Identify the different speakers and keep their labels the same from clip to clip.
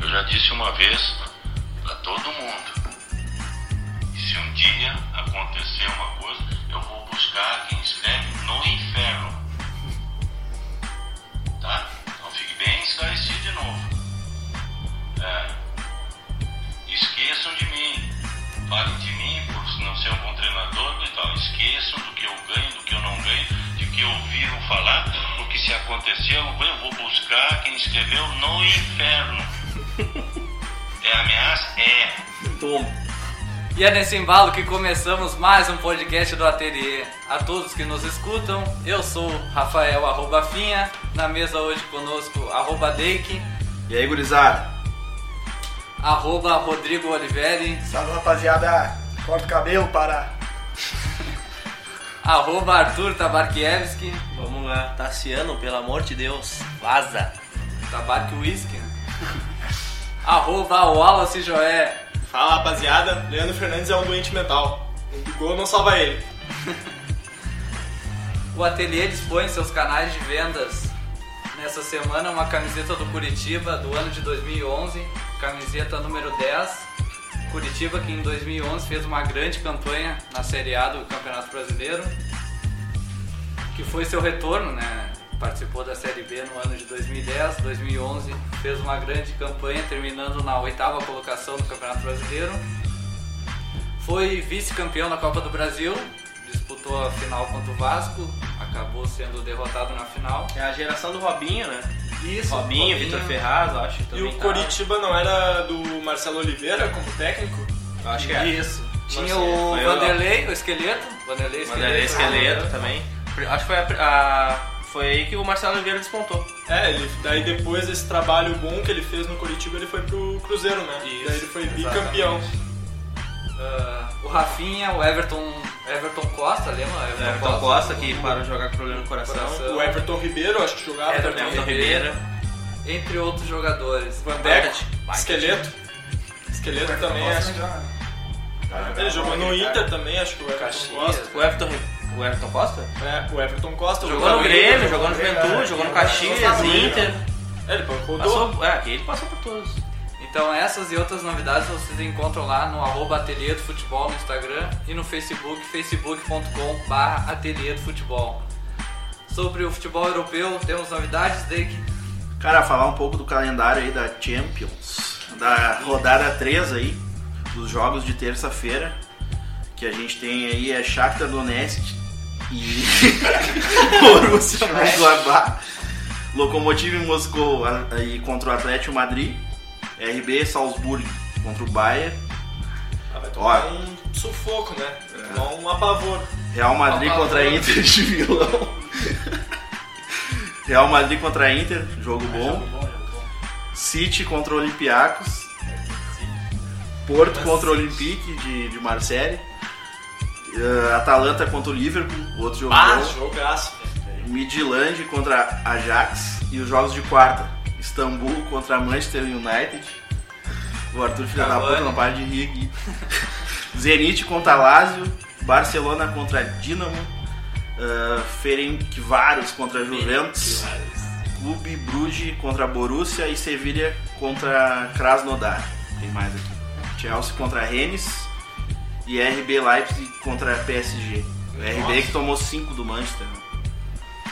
Speaker 1: já disse uma vez para todo mundo. E se um dia acontecer uma coisa, eu vou buscar quem escreve no inferno. Tá? Então fique bem esclarecido de novo. É, esqueçam de mim. Falem de mim por não ser um bom treinador e tal. Esqueçam do que eu ganho, do que eu não ganho, de que ouviram falar, porque se acontecer eu ganho, eu vou buscar quem escreveu no inferno. É ameaça? É.
Speaker 2: Tom. E é nesse embalo que começamos mais um podcast do Ateliê. A todos que nos escutam, eu sou Rafael arroba Finha, na mesa hoje conosco arroba Deike,
Speaker 3: E aí, gurizada?
Speaker 2: arroba Rodrigo Oliveira,
Speaker 4: Salve rapaziada, corta o cabelo para.
Speaker 2: arroba Arthur Tabarkiewski,
Speaker 5: Vamos lá. Tassiano, pelo amor de Deus, vaza.
Speaker 2: Tabarque Whisky, né? arroba Wallace Joé.
Speaker 6: Fala rapaziada, Leandro Fernandes é um doente mental. O gol não salva ele.
Speaker 2: O ateliê dispõe em seus canais de vendas nessa semana uma camiseta do Curitiba do ano de 2011, camiseta número 10. Curitiba que em 2011 fez uma grande campanha na Série A do Campeonato Brasileiro, que foi seu retorno, né? Participou da Série B no ano de 2010, 2011, fez uma grande campanha terminando na oitava colocação do Campeonato Brasileiro foi vice-campeão da Copa do Brasil, disputou a final contra o Vasco, acabou sendo derrotado na final.
Speaker 5: É a geração do Robinho, né?
Speaker 2: Isso,
Speaker 5: Robinho, Vitor Ferraz, eu acho.
Speaker 6: E
Speaker 5: Também
Speaker 6: o
Speaker 5: tá.
Speaker 6: Coritiba não era do Marcelo Oliveira como técnico?
Speaker 5: Eu acho que é.
Speaker 2: Isso. Tinha
Speaker 6: Marcelo.
Speaker 2: o
Speaker 5: Foi
Speaker 2: Vanderlei, o esqueleto. Vanderlei, esqueleto. né?
Speaker 5: Mandarei Esqueleto é também. Acho que foi a, pri- a- Foi aí que o Marcelo Oliveira despontou.
Speaker 6: É, ele, daí depois desse trabalho bom que ele fez no Coritiba, ele foi pro Cruzeiro, né? daí ele foi
Speaker 2: exatamente.
Speaker 6: bicampeão.
Speaker 2: Ah, o Rafinha, o Everton, Everton Costa, lembra? Everton,
Speaker 5: Everton É, Costa,
Speaker 2: do-
Speaker 5: que
Speaker 2: do-
Speaker 5: parou de jogar com problema no coração.
Speaker 2: Coração.
Speaker 6: O Everton Ribeiro, acho que jogava
Speaker 5: É
Speaker 2: Everton
Speaker 6: também.
Speaker 5: Everton
Speaker 2: Ribeiro.
Speaker 5: Ribeiro.
Speaker 2: Entre outros jogadores.
Speaker 6: Van
Speaker 5: Beck.
Speaker 6: Beck, Esqueleto. Esqueleto também, acho que. Ele jogou no Inter também, acho que o Everton
Speaker 2: Caxias.
Speaker 6: Costa.
Speaker 5: O Everton, Ri- o Everton Costa?
Speaker 6: É, o Everton Costa
Speaker 5: Jogou no
Speaker 6: também.
Speaker 5: Grêmio, jogou no Juventude, jogou no Caxias,
Speaker 6: Passou no Grêmio.
Speaker 5: Inter.
Speaker 6: É, Ele bancou o
Speaker 5: Passou, é, aqui ele passou por todos.
Speaker 2: Então essas e outras novidades vocês encontram lá no arroba Ateliê do Futebol no Instagram e no Facebook, facebook.com barra Ateliê do Futebol. Sobre o futebol europeu, temos novidades, Dake.
Speaker 3: Cara, falar um pouco do calendário aí da Champions, da rodada 3 aí, dos jogos de terça-feira, que a gente tem aí é Shakhtar Donetsk e Borussia Mönchengladbach, Lokomotiv Moscou a- aí contra o Atlético Madrid, RB Salzburg contra o Bayern,
Speaker 6: Ah, vai
Speaker 3: Ó.
Speaker 6: tomar um sufoco, né? Vai
Speaker 3: É.
Speaker 6: tomar um apavor.
Speaker 3: Real Madrid
Speaker 2: Opa,
Speaker 3: contra a
Speaker 2: mano.
Speaker 3: Inter de Milão. Real Madrid contra a Inter, É, jogo bom. City contra o Olympiacos. Porto contra o Olympique de, de Marseille. Eh, Atalanta contra o Liverpool, outro jogo
Speaker 6: Ah,
Speaker 3: bom.
Speaker 6: jogaço. velho.
Speaker 3: Midland contra Ajax. E os jogos de quarta. Istambul contra Manchester United. O Arthur filha da puta
Speaker 2: Cavani.
Speaker 3: não para de rir aqui. Zenit contra Lazio. Barcelona contra Dinamo. Uh, Ferencváros contra Juventus. Clube Bruges contra Borussia. E Sevilha contra Krasnodar. Tem mais aqui. Chelsea contra Rennes. E RB Leipzig contra PSG. O RB que tomou 5 do Manchester. né?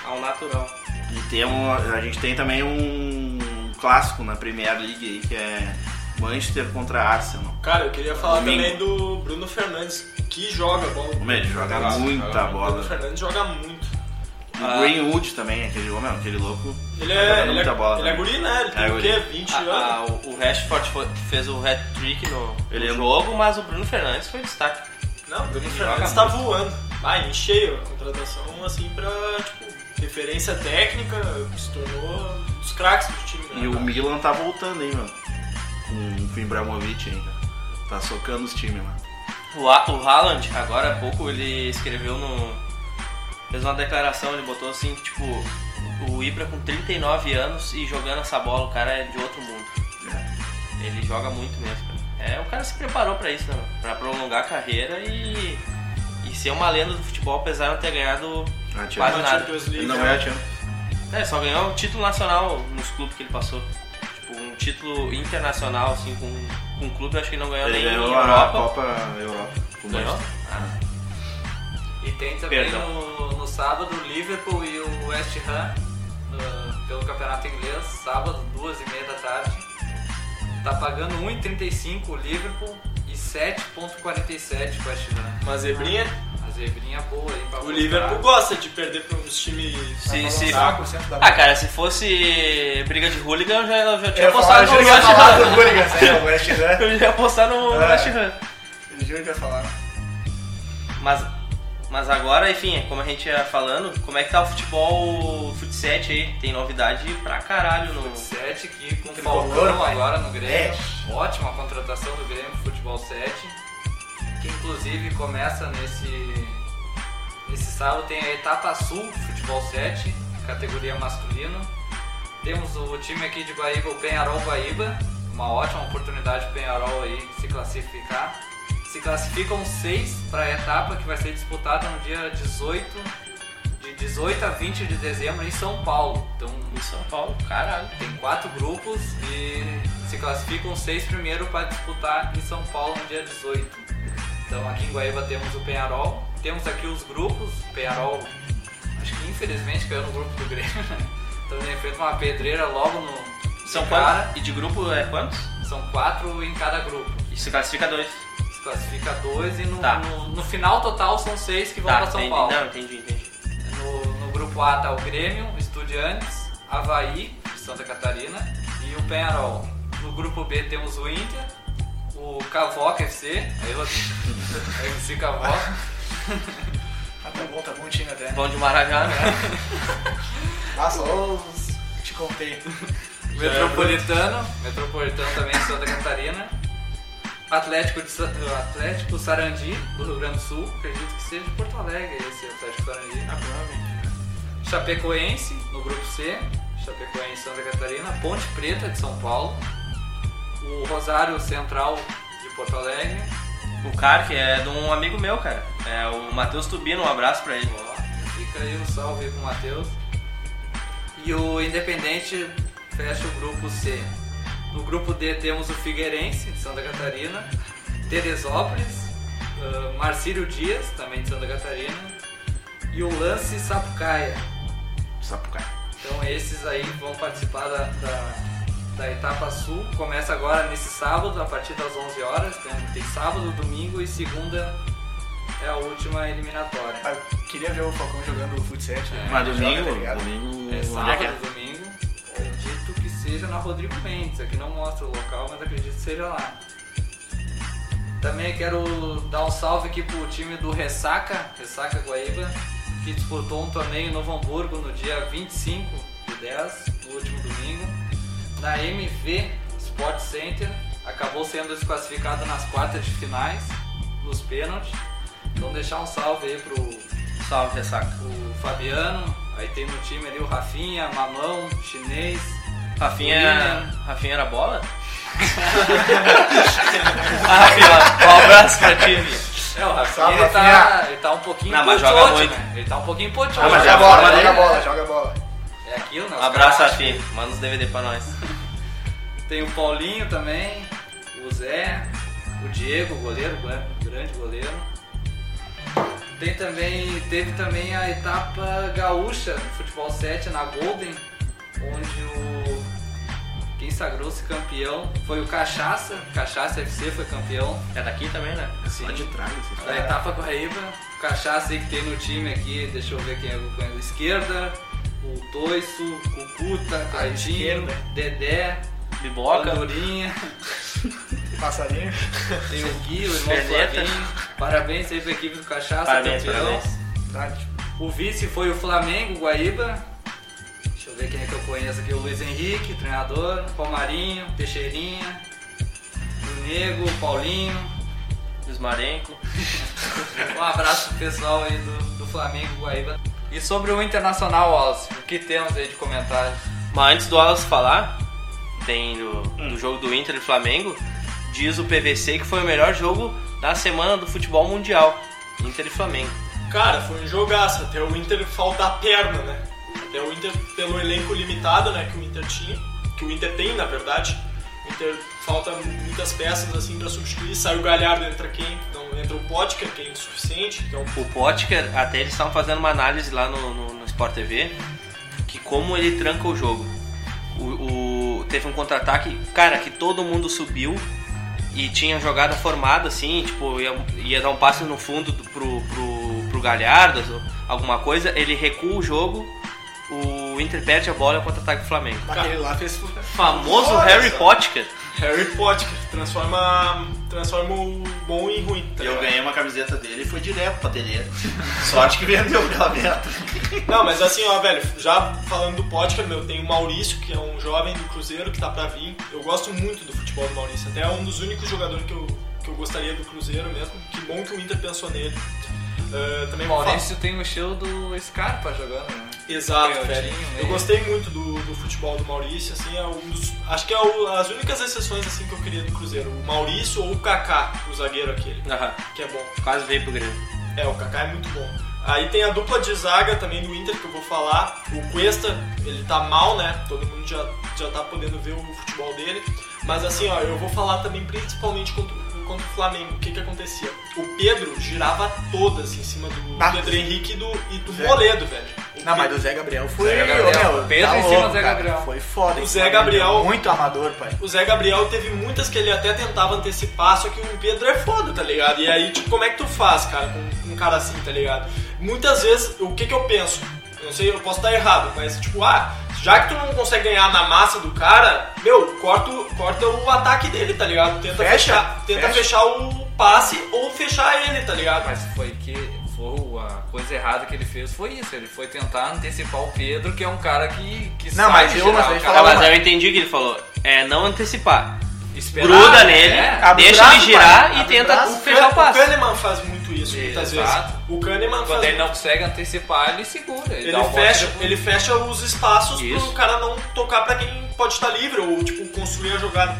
Speaker 5: Ao natural.
Speaker 3: E temos, a gente tem também um clássico na Premier League aí, que é Manchester contra Arsenal.
Speaker 6: Cara, eu queria falar
Speaker 3: Domingo.
Speaker 6: também do Bruno Fernandes, que joga bola.
Speaker 3: Como ele joga
Speaker 5: Caraca,
Speaker 3: muita
Speaker 5: joga
Speaker 6: O Bruno
Speaker 3: bola.
Speaker 6: Fernandes joga muito.
Speaker 3: E
Speaker 5: Ah.
Speaker 3: o Greenwood também, aquele homem, aquele louco.
Speaker 6: Ele
Speaker 3: tá
Speaker 6: é,
Speaker 3: jogando
Speaker 6: ele é,
Speaker 3: muita bola.
Speaker 6: ele é
Speaker 3: né?
Speaker 6: guri, né? Ele
Speaker 3: É
Speaker 6: tem o
Speaker 3: guri.
Speaker 6: quê? 20
Speaker 5: Ah,
Speaker 6: anos?
Speaker 5: ah, o- o Rashford foi- fez o hat-trick no, no
Speaker 3: Ele é-
Speaker 5: jogo, mas o Bruno Fernandes foi destaque.
Speaker 6: Não, o Bruno
Speaker 5: Ele
Speaker 6: Fernandes
Speaker 5: joga
Speaker 6: tá voando. Ah, em cheio. A contratação, assim, pra, tipo, referência técnica, se tornou um dos craques do time. Né?
Speaker 3: E o Milan tá voltando aí, mano. Com o Ibrahimovic ainda. Tá socando os times, mano.
Speaker 5: O, Ha- o Haaland, agora há pouco, ele escreveu no. fez uma declaração, ele botou assim, que, tipo, o Ibra com 39 anos e jogando essa bola, o cara é de outro mundo.
Speaker 3: É.
Speaker 5: Ele joga muito mesmo, cara. É, o cara se preparou pra isso, né? mano? Pra prolongar a carreira e. e ser uma lenda do futebol, apesar de não ter ganhado.
Speaker 3: A Champions-
Speaker 5: Quase
Speaker 6: Na
Speaker 5: nada.
Speaker 6: Champions
Speaker 3: Ele
Speaker 6: League,
Speaker 3: é não
Speaker 6: né?
Speaker 3: é a Champions.
Speaker 5: É, só ganhou o título nacional nos clubes que ele passou. Tipo, um título internacional, assim, com, com um clube, eu acho que não ganhou
Speaker 3: Ele
Speaker 5: nem
Speaker 3: ganhou
Speaker 5: em
Speaker 3: a
Speaker 5: Europa.
Speaker 3: Copa Europa. com o
Speaker 5: Ganhou?
Speaker 3: Manchester.
Speaker 5: Ah,
Speaker 2: E tem também
Speaker 5: Perdão.
Speaker 2: no, no sábado o Liverpool e o West Ham ah, pelo campeonato inglês, sábado, duas e meia da tarde. Tá pagando 1,35 o Liverpool e 7,47 o West Ham.
Speaker 6: Uma zebrinha.
Speaker 2: A zebrinha boa aí pra
Speaker 3: Tá
Speaker 6: O
Speaker 2: botar.
Speaker 6: Liverpool gosta de perder para uns times.
Speaker 5: se, se...
Speaker 4: Tá, por cento da
Speaker 5: ah, cara, se fosse briga de hooligan, eu já, eu já tinha
Speaker 4: ia falar,
Speaker 5: apostado
Speaker 4: eu
Speaker 5: no
Speaker 4: juro que ia
Speaker 5: West
Speaker 4: falar do
Speaker 5: Ham.
Speaker 4: Hooligans, né? O West Ham.
Speaker 5: Eu já ia apostar no
Speaker 4: É.
Speaker 5: West Ham.
Speaker 4: Eu juro que ia falar.
Speaker 5: Mas, mas agora, enfim, como a gente ia falando, como é que tá o futebol futset aí? Tem novidade pra caralho no.
Speaker 2: 7 que com o
Speaker 4: Tricolor,
Speaker 2: Falcão
Speaker 4: pai.
Speaker 2: agora no Grêmio.
Speaker 4: Mexe.
Speaker 2: Ótima contratação do Grêmio Futebol 7. Que inclusive começa nesse, nesse sábado, tem a etapa sul Futebol 7, categoria masculino. Temos o time aqui de Guaíba, o Penharol Guaíba. Uma ótima oportunidade pro Penharol aí se classificar. Se classificam seis para a etapa que vai ser disputada no dia 18, de 18 a 20 de dezembro em São Paulo. Então
Speaker 5: Em São Paulo, caralho.
Speaker 2: tem quatro grupos e se classificam seis primeiro para disputar em São Paulo no dia 18. Então aqui em Guaíba temos o Penharol, temos aqui os grupos, o Penharol acho que infelizmente caiu no grupo do Grêmio, né? então ele enfrenta uma pedreira logo no
Speaker 5: São
Speaker 2: de cara.
Speaker 5: quantos? E de grupo é quantos?
Speaker 2: São quatro em cada grupo.
Speaker 5: E se classifica dois.
Speaker 2: Se classifica dois e no,
Speaker 5: Tá.
Speaker 2: no- no final total são seis que vão
Speaker 5: tá,
Speaker 2: para São
Speaker 5: entendi.
Speaker 2: Paulo.
Speaker 5: Não, entendi, entendi.
Speaker 2: No, no grupo A tá o Grêmio, Estudiantes, Havaí, de Santa Catarina e o Penharol. No grupo B temos o Inter, o Cavoca FC, aí eu MC Cavoca,
Speaker 4: Ah, tá bom, tá bom o time até.
Speaker 5: É Bom de Marajá, né?
Speaker 4: Nossa, ô, te contei.
Speaker 2: Metropolitano, Metropolitano também de Santa Catarina, Atlético, de, Sa- Atlético Sarandi, do Rio Grande do Sul, acredito que seja de Porto Alegre esse Atlético Sarandi.
Speaker 6: Ah, provavelmente.
Speaker 2: Chapecoense, no grupo C, Chapecoense Santa Catarina, Ponte Preta de São Paulo, o Rosário Central de Porto Alegre,
Speaker 5: o cara que é de um amigo meu, cara. É o Matheus Tubino, um abraço pra ele.
Speaker 2: ó, fica aí um salve aí pro Matheus. E o Independente fecha o grupo C. No grupo D temos o Figueirense de Santa Catarina, Teresópolis, ah, Marcílio Dias, também de Santa Catarina, e o Lance Sapucaia.
Speaker 3: Sapucaí.
Speaker 2: Então esses aí vão participar da, da, da etapa sul. Começa agora nesse sábado, a partir das 11 horas. Tem, tem sábado, domingo e segunda é a última eliminatória.
Speaker 4: Ah, eu queria ver o Falcão jogando o futsal. né?
Speaker 3: Mas domingo,
Speaker 4: Joga, tá ligado?
Speaker 3: domingo,
Speaker 2: É
Speaker 3: onde é que é?
Speaker 2: sábado, domingo. Acredito que seja na Rodrigo Mendes. Aqui não mostra o local, mas acredito que seja lá. Também quero dar um salve aqui pro time do Ressaca, Ressaca Guaíba, que disputou um torneio em Novo Hamburgo no dia 25 de 10, no último domingo, na MV Sport Center. Acabou sendo desclassificado nas quartas de finais, nos pênaltis. Então deixar um salve aí pro,
Speaker 5: Salve, ressaca.
Speaker 2: o Fabiano, aí tem no time ali o Rafinha, Mamão, Chinês.
Speaker 5: Rafinha.
Speaker 2: William.
Speaker 5: Rafinha era bola? ah, Rafinha, um abraço pra ti, amigo.
Speaker 2: É, o Rafinha,
Speaker 4: Salve,
Speaker 2: ele tá,
Speaker 4: Rafinha.
Speaker 2: ele tá um pouquinho
Speaker 5: Não, mas
Speaker 2: pochote,
Speaker 5: joga muito.
Speaker 2: né? Ele tá um pouquinho pochote.
Speaker 3: Ah, mas
Speaker 4: Joga
Speaker 3: é
Speaker 4: a
Speaker 3: a
Speaker 4: bola,
Speaker 3: forma
Speaker 4: joga a
Speaker 2: né?
Speaker 4: bola, joga a bola.
Speaker 2: É aquilo, né?
Speaker 5: Um
Speaker 2: Os
Speaker 5: abraço,
Speaker 2: caras-
Speaker 5: Rafinha. Manda os DVD pra nós.
Speaker 2: Tem o Paulinho também, o Zé, o Diego, goleiro, né? grande goleiro. Tem também, teve também a etapa gaúcha no futebol 7 na Golden, onde o quem sagrou-se campeão foi o Cachaça, Cachaça FC foi campeão
Speaker 5: É daqui também, né?
Speaker 3: Lá de trás. assim.
Speaker 5: É.
Speaker 2: da etapa Guaíba. O Cachaça aí que tem no time aqui, deixa eu ver quem é o canto esquerda, o Toiço, Cucuta, Caetinho,
Speaker 4: esquerda.
Speaker 2: Dedé,
Speaker 5: Biboca.
Speaker 2: Andorinha,
Speaker 4: Passarinho.
Speaker 2: tem o Gui, o irmão
Speaker 5: Perneta.
Speaker 2: Flavinho. Parabéns aí pra equipe do Cachaça,
Speaker 5: Parabéns,
Speaker 2: campeão.
Speaker 5: parabéns.
Speaker 4: Tarde.
Speaker 2: O vice foi o Flamengo, Guaíba. Deixa eu ver quem é que eu conheço aqui. O Luiz Henrique, treinador. Palmarinho, Teixeirinha. O Nego, Paulinho.
Speaker 5: Desmarenco.
Speaker 2: Um abraço pro pessoal aí do, do Flamengo, Guaíba. E sobre o Internacional, Wallace, o que temos aí de comentários?
Speaker 5: Mas antes do Alas falar, tem do, do jogo do Inter e Flamengo, diz o PVC que foi o melhor jogo da semana do futebol mundial. Inter e Flamengo.
Speaker 6: Cara, foi um jogaço. Até o Inter faltar perna, né? Até o Inter, pelo elenco limitado né, que o Inter tinha, que o Inter tem, na verdade, Inter falta muitas peças assim pra substituir. Sai o Galhardo, entra quem? Não, entra o Potker, que é insuficiente, que é um
Speaker 5: O Potker, até eles estavam fazendo uma análise lá no, no- no Sport TV, que como ele tranca o jogo. O, o- teve um contra-ataque, cara, que todo mundo subiu e tinha jogada formada, assim, tipo, ia, ia dar um passe no fundo do- pro, pro, pro Galhardo, ou alguma coisa, ele recua o jogo, o Inter perde a bola e é o contra-ataque do Flamengo.
Speaker 4: Mas Aquele lá fez.
Speaker 5: Famoso
Speaker 4: Olha
Speaker 5: Harry
Speaker 4: só.
Speaker 5: Potker.
Speaker 6: Harry Potker, transforma, transforma o bom em ruim. tá
Speaker 3: Eu
Speaker 6: ligado?
Speaker 3: ganhei uma camiseta dele e foi direto pra Tereza. Sorte que vendeu pela meta.
Speaker 6: Não, mas assim, ó, velho, já falando do Potker, meu, tem o Maurício, que é um jovem do Cruzeiro que tá pra vir. Eu gosto muito do futebol do Maurício, até é um dos únicos jogadores que eu, que eu gostaria do Cruzeiro mesmo. Que bom que o Inter pensou nele. Ah, também
Speaker 2: O
Speaker 6: vou falar-
Speaker 2: Maurício tem o estilo do Scarpa jogando, né?
Speaker 6: Exato,
Speaker 2: Canhotinho,
Speaker 6: velho.
Speaker 2: um meio.
Speaker 6: Eu gostei muito do, do futebol do Maurício, assim, é um dos, acho que é o- as únicas exceções assim que eu queria do Cruzeiro, o Maurício ou o Kaká, o zagueiro aquele,
Speaker 5: Aham,
Speaker 6: que é bom.
Speaker 5: quase veio pro Grêmio.
Speaker 6: É, o Kaká é muito bom. Aí tem a dupla de zaga também do Inter que eu vou falar. O Cuesta, ele tá mal, né? Todo mundo já, já tá podendo ver o futebol dele. Mas assim, ó, eu vou falar também principalmente contra, o- contra o Flamengo. O que que acontecia? O Pedro girava todas em cima do
Speaker 4: Ah.
Speaker 6: Pedro Henrique e do, e do
Speaker 4: Zé.
Speaker 6: Moledo, velho. O
Speaker 4: Não, mas
Speaker 6: Pedro-
Speaker 4: do Zé Gabriel foi.
Speaker 2: Zé Gabriel.
Speaker 4: Meu,
Speaker 2: Pedro
Speaker 4: tá
Speaker 2: em cima
Speaker 4: louco,
Speaker 2: do Zé
Speaker 4: cara.
Speaker 2: Gabriel.
Speaker 4: Foi foda.
Speaker 6: O
Speaker 4: esse
Speaker 6: Zé
Speaker 4: Flamengo.
Speaker 6: Gabriel-
Speaker 4: Muito amador, pai.
Speaker 6: O Zé Gabriel teve muitas que ele até tentava antecipar, só que o Pedro é foda, tá ligado? E aí, tipo, como é que tu faz, cara, com com um cara assim, tá ligado? Muitas vezes, o que que eu penso? Eu não sei, eu posso estar errado, mas tipo, ah, já que tu não consegue ganhar na massa do cara, meu, corta, o- corta o ataque dele, tá ligado? Tenta
Speaker 4: Fecha,
Speaker 6: fechar, tenta
Speaker 4: fecha.
Speaker 6: fechar o passe ou fechar ele, tá ligado?
Speaker 2: Mas foi que foi a coisa errada que ele fez foi isso. Ele foi tentar antecipar o Pedro, que é um cara que, que
Speaker 4: Não,
Speaker 2: sabe
Speaker 4: mas eu-
Speaker 2: girar,
Speaker 4: mas
Speaker 2: um
Speaker 4: deixa eu
Speaker 2: cara
Speaker 5: Tá,
Speaker 4: falar
Speaker 5: mas
Speaker 4: uma-
Speaker 5: eu entendi o que ele falou. É não antecipar.
Speaker 2: esperado,
Speaker 5: Gruda nele,
Speaker 2: né?
Speaker 4: Ah, Abre
Speaker 5: deixa
Speaker 4: o
Speaker 5: ele
Speaker 4: braço,
Speaker 5: girar
Speaker 4: pai.
Speaker 5: e
Speaker 4: Abre o
Speaker 5: tenta
Speaker 4: braço.
Speaker 5: fechar o
Speaker 6: é,
Speaker 5: passe.
Speaker 6: Kahneman faz muito isso, muitas
Speaker 2: Exato.
Speaker 6: vezes. O Kahneman
Speaker 2: Quando
Speaker 6: faz
Speaker 2: ele não consegue antecipar, ele segura. Ele, dá
Speaker 6: um- Ele
Speaker 2: um o bote
Speaker 6: fecha,
Speaker 2: depois.
Speaker 6: ele fecha os espaços
Speaker 5: Isso.
Speaker 6: pro cara não tocar pra quem pode estar livre ou, tipo, construir a jogada.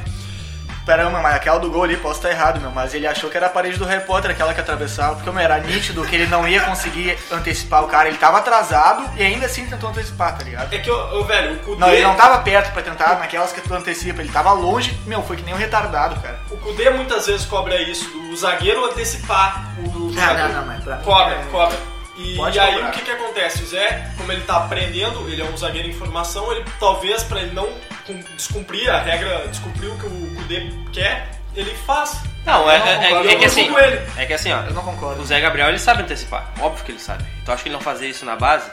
Speaker 4: Pera, mas aquela do gol ali, posso estar errado, meu, mas ele achou que era a parede do Harry Potter, aquela que atravessava, porque meu, era nítido que ele não ia conseguir antecipar o cara, ele tava atrasado e ainda assim tentou antecipar, tá ligado?
Speaker 6: É que, ô, ô, velho, o Kudê,
Speaker 4: Não, ele não tá- tava perto pra tentar naquelas que tu antecipa, ele tava longe, meu, foi que nem um retardado, cara.
Speaker 6: o Kudê muitas vezes cobra isso, do zagueiro antecipar o o jogador.
Speaker 4: Ah, mas pra é-
Speaker 6: Cobra, cobra. E,
Speaker 4: Pode
Speaker 6: e aí
Speaker 4: cobrar.
Speaker 6: o que que acontece? O Zé, como ele tá aprendendo, ele é um zagueiro em formação, ele talvez pra ele não cum- descumprir a regra, descumprir o que o Kudê quer, ele faz.
Speaker 5: Não, é,
Speaker 2: Não,
Speaker 5: é- é-
Speaker 2: concordo.
Speaker 5: é
Speaker 6: Eu
Speaker 5: que
Speaker 6: não
Speaker 5: assim.
Speaker 6: julgo ele.
Speaker 5: É que assim, ó.
Speaker 4: Eu não concordo.
Speaker 5: O Zé Gabriel ele sabe antecipar. Óbvio que ele sabe. Tu acha que ele não fazia isso na base?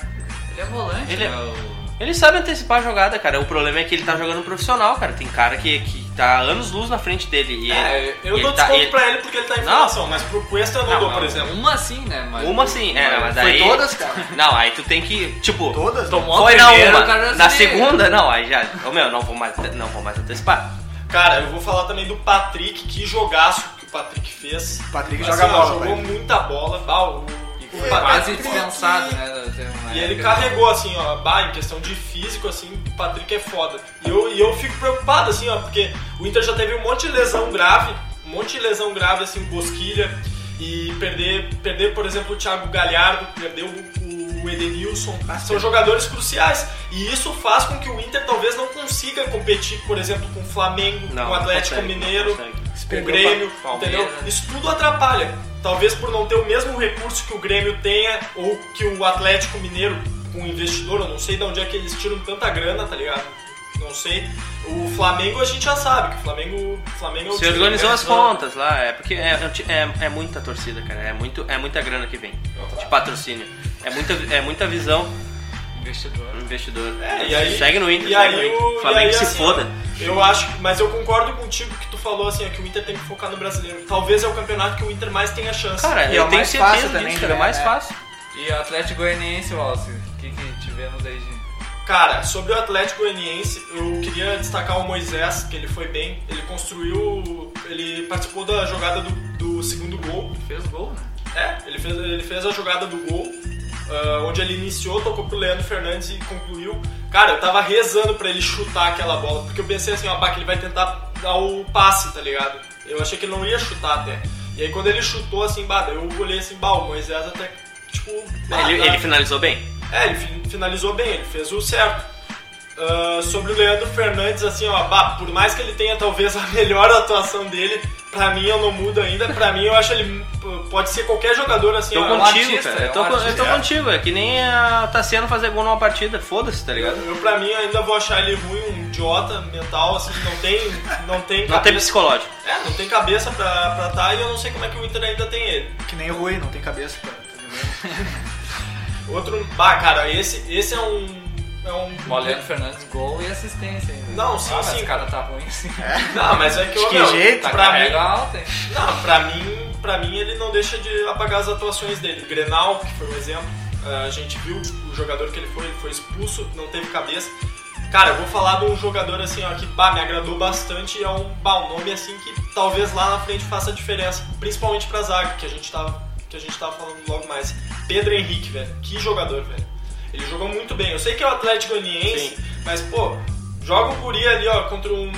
Speaker 2: Ele é volante,
Speaker 5: Ele é-
Speaker 2: né? O-
Speaker 5: Ele sabe antecipar a jogada, cara. O problema é que ele tá jogando profissional, cara. Tem cara que, que tá anos luz na frente dele. E
Speaker 2: É,
Speaker 5: ele-
Speaker 6: Eu
Speaker 5: e
Speaker 6: dou
Speaker 5: ele tá-
Speaker 6: desconto
Speaker 5: e ele-
Speaker 6: pra ele porque ele tá em
Speaker 5: Não.
Speaker 6: formação, mas pro Cuesta eu não,
Speaker 2: Não,
Speaker 6: dou,
Speaker 2: não,
Speaker 6: por exemplo.
Speaker 2: Uma sim, né? Mas
Speaker 5: Uma sim, é, mas
Speaker 4: Foi
Speaker 5: daí.
Speaker 4: todas, cara.
Speaker 5: Não, aí tu tem que. Tipo,
Speaker 4: Todas? né?
Speaker 2: Tomou
Speaker 5: foi
Speaker 2: a
Speaker 5: na
Speaker 2: primeira, o cara
Speaker 5: uma.
Speaker 2: já
Speaker 5: Na
Speaker 2: se-
Speaker 5: segunda, não, aí já. Ô meu, não vou mais, não vou mais antecipar.
Speaker 6: Cara, eu vou falar também do Patrick, que jogaço que o Patrick fez.
Speaker 4: O Patrick
Speaker 6: Assim,
Speaker 4: joga
Speaker 6: ó,
Speaker 4: bola,
Speaker 6: jogou
Speaker 4: pai.
Speaker 6: muita bola, bah, o,
Speaker 2: E
Speaker 6: o
Speaker 2: foi quase
Speaker 6: Patrick-
Speaker 2: dispensado, né? Teve uma
Speaker 6: E ele
Speaker 2: época-
Speaker 6: carregou assim, ó, bah, em questão de físico, assim, o Patrick é foda. E eu, e eu fico preocupado, assim, ó, porque o Inter já teve um monte de lesão grave, um monte de lesão grave, assim, Bosquilha, e perder, perder por exemplo, o Thiago Galhardo, perdeu o, o Edenilson, são jogadores cruciais. E isso faz com que o Inter talvez não consiga competir, por exemplo, com o Flamengo,
Speaker 5: Não,
Speaker 6: com o Atlético
Speaker 5: consegue, não
Speaker 6: Mineiro
Speaker 5: consegue.
Speaker 6: o Grêmio,
Speaker 2: Palmeiras.
Speaker 6: entendeu? Isso tudo atrapalha. Talvez por não ter o mesmo recurso que o Grêmio tenha ou que o Atlético Mineiro, um investidor, eu não sei de onde é que eles tiram tanta grana, tá ligado? Não sei. O Flamengo a gente já sabe que o Flamengo, o Flamengo é o
Speaker 5: Se
Speaker 6: time
Speaker 5: organizou
Speaker 6: que
Speaker 5: as
Speaker 6: ganha.
Speaker 5: contas lá, é porque é, é, é muita torcida, cara. É, muito, é muita grana que vem de patrocínio. É muita, é muita visão
Speaker 2: Investidor.
Speaker 5: do investidor.
Speaker 6: É, e aí-
Speaker 5: segue no Inter,
Speaker 6: E
Speaker 5: segue
Speaker 6: aí,
Speaker 5: no Inter.
Speaker 6: o,
Speaker 5: Flamengo
Speaker 6: e aí,
Speaker 5: se
Speaker 6: assim,
Speaker 5: foda.
Speaker 6: Eu acho, mas eu concordo contigo que tu falou assim, é que o Inter tem que focar no brasileiro. Talvez é o campeonato que o Inter mais tenha chance.
Speaker 5: Cara,
Speaker 4: E é
Speaker 5: eu
Speaker 4: o
Speaker 5: tenho
Speaker 4: mais
Speaker 5: certeza
Speaker 4: fácil
Speaker 5: disso,
Speaker 4: também de
Speaker 5: cara. É
Speaker 4: ganhar,
Speaker 5: mais
Speaker 4: né?
Speaker 5: fácil.
Speaker 2: E o Atlético Goianiense, Walsh, o que, que tivemos aí de.
Speaker 6: Cara, sobre o Atlético Goianiense, eu queria destacar o Moisés, que ele foi bem. Ele construiu. Ele participou da jogada do, do segundo gol.
Speaker 2: Fez gol, né?
Speaker 6: É, ele fez, ele fez a jogada do gol, ah, onde ele iniciou, tocou pro Leandro Fernandes e concluiu. Cara, eu tava rezando pra ele chutar aquela bola, porque eu pensei assim, ó, bah, que ele vai tentar dar o passe, tá ligado? Eu achei que ele não ia chutar até. E aí quando ele chutou, assim, bah, daí eu olhei assim, bah, o Moisés até, tipo... bah,
Speaker 5: Ah, Ele,
Speaker 6: tá-
Speaker 5: ele finalizou bem.
Speaker 6: é, ele fin- finalizou bem, ele fez o certo. ah, sobre o Leandro Fernandes, assim, ó, bah, por mais que ele tenha talvez a melhor atuação dele, pra mim eu não mudo ainda. Pra mim eu acho ele. Pode ser qualquer jogador, assim,
Speaker 5: Tô
Speaker 6: ó,
Speaker 5: contigo,
Speaker 2: artista,
Speaker 5: cara.
Speaker 2: é um
Speaker 5: Eu tô,
Speaker 2: artista.
Speaker 5: eu tô contigo. É que nem a Tassiano fazer gol numa partida. Foda-se, tá ligado?
Speaker 6: Eu, pra mim, ainda vou achar ele ruim, um idiota mental, assim, não tem. Não tem
Speaker 5: Não tem
Speaker 6: cabeça-
Speaker 5: psicológico.
Speaker 6: É, não tem cabeça pra, pra tá e eu não sei como é que o Inter ainda tem ele.
Speaker 4: Que nem o Rui, não tem cabeça pra.
Speaker 6: Outro. Bah, cara, esse, esse é um. É um.
Speaker 2: O Leandro Fernandes, gol e assistência ainda.
Speaker 6: Não, sim,
Speaker 2: ah, mas
Speaker 6: sim.
Speaker 2: O cara tá ruim assim.
Speaker 6: Não, mas é que eu.
Speaker 4: De que jeito,
Speaker 2: Tá
Speaker 6: pra mim,
Speaker 2: carrega alta, hein?
Speaker 6: Não, pra mim, pra mim ele não deixa de apagar as atuações dele. Grenal, que foi um exemplo, a gente viu o jogador que ele foi, ele foi expulso, não teve cabeça. Cara, eu vou falar de um jogador assim, ó, que pá, me agradou bastante e é um, bah, um nome assim que talvez lá na frente faça diferença, principalmente pra zaga, que a gente tava, que a gente tava falando logo mais. Pedro Henrique, velho, que jogador, velho. Ele jogou muito bem. Eu sei que é o Atlético Goianiense, mas pô, joga o guri ali, ó, contra um,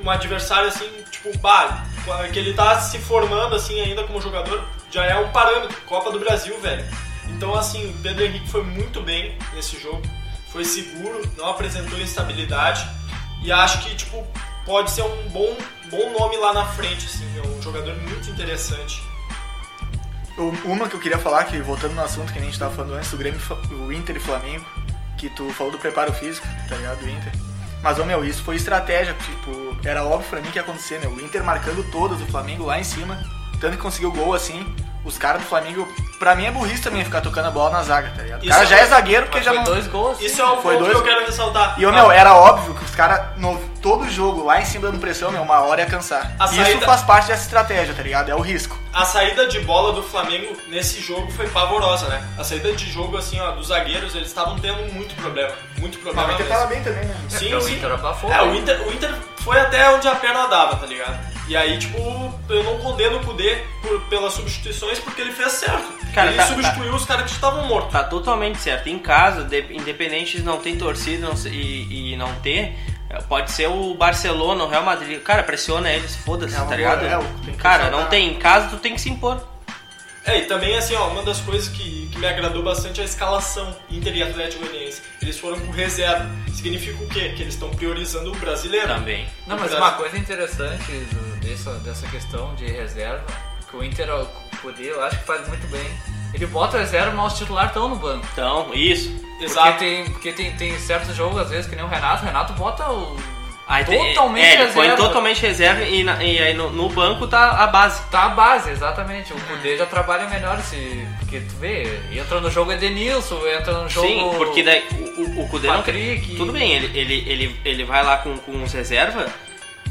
Speaker 6: um adversário assim, tipo, bah, que ele tá se formando assim ainda como jogador, já é um parâmetro, Copa do Brasil, velho. Então assim, o Pedro Henrique foi muito bem nesse jogo, foi seguro, não apresentou instabilidade e acho que tipo pode ser um bom bom nome lá na frente assim, é um jogador muito interessante.
Speaker 4: Eu- Uma que eu queria falar, que voltando no assunto que a gente tava falando antes, do Grêmio, e Fla- o Inter e Flamengo, que tu falou do preparo físico, tá ligado? Do Inter. Mas, ô meu, isso foi estratégia, tipo, era óbvio pra mim que ia acontecer, meu. O Inter marcando todas, o Flamengo lá em cima, tanto que conseguiu gol assim. Os caras do Flamengo, pra mim é burrice também ficar tocando a bola na zaga, tá ligado? O
Speaker 6: Isso
Speaker 4: cara
Speaker 6: é
Speaker 4: já é
Speaker 6: coisa-
Speaker 4: zagueiro porque
Speaker 2: Mas
Speaker 4: já
Speaker 2: foi
Speaker 4: não.
Speaker 2: dois gols. assim.
Speaker 6: Isso é um ponto
Speaker 4: Foi
Speaker 6: que
Speaker 4: dois-
Speaker 6: eu quero ressaltar.
Speaker 4: E, ô meu, era óbvio que os caras, no- todo jogo lá em cima dando pressão, meu, uma hora ia cansar.
Speaker 6: A
Speaker 4: Isso
Speaker 6: saída-
Speaker 4: faz parte dessa estratégia, tá ligado? É o risco.
Speaker 6: A saída de bola do Flamengo nesse jogo foi pavorosa, né? A saída de jogo, assim, ó, dos zagueiros, eles estavam tendo muito problema. Muito problema.
Speaker 5: é
Speaker 6: mesmo.
Speaker 4: bem também, né?
Speaker 6: Sim,
Speaker 2: Então, o
Speaker 6: sim.
Speaker 2: Inter abafou.
Speaker 6: É, o Inter, o Inter foi até onde a perna dava, tá ligado? E aí, tipo, eu não condeno o Kudê por, pelas substituições porque ele fez certo.
Speaker 5: Cara,
Speaker 6: ele
Speaker 5: tá-
Speaker 6: substituiu os caras que estavam mortos.
Speaker 5: Tá totalmente certo. Em casa, de- independente de não ter torcida não se- e, e não ter, é, pode ser o Barcelona, o Real Madrid. Cara, pressiona eles, foda-se,
Speaker 4: É uma
Speaker 5: tá
Speaker 4: boa,
Speaker 5: ligado?
Speaker 4: é, o- tem que
Speaker 5: cara,
Speaker 4: pressionar.
Speaker 5: não tem. Em casa, tu tem que se impor.
Speaker 6: É, e também, assim, ó, uma das coisas que, que me agradou bastante é a escalação Inter e Atlético Goianiense. Eles foram com reserva. Significa o quê? Que eles estão priorizando o brasileiro.
Speaker 5: Também.
Speaker 2: Não, mas uma coisa interessante do- dessa, dessa questão de reserva, que o Inter, o Kudê, eu acho que faz muito bem. Ele bota o reserva, mas os titulares estão no banco.
Speaker 5: Então, isso.
Speaker 6: Exato.
Speaker 2: Porque tem, porque tem, tem certos jogos, às vezes, que nem o Renato, o Renato bota o.
Speaker 5: Aí tem-
Speaker 2: totalmente
Speaker 5: é, ele
Speaker 2: reserva.
Speaker 5: põe totalmente reserva e, na- e aí no, no banco tá a base.
Speaker 2: Tá a base, exatamente. O Kudê já trabalha melhor se. Porque tu vê, entra no jogo Edenilson, entra no jogo.
Speaker 5: Sim, porque daí o, o, o Kudê não quer-
Speaker 2: Patrick.
Speaker 5: Tudo bem, ele, ele, ele, ele vai lá com, com os reserva,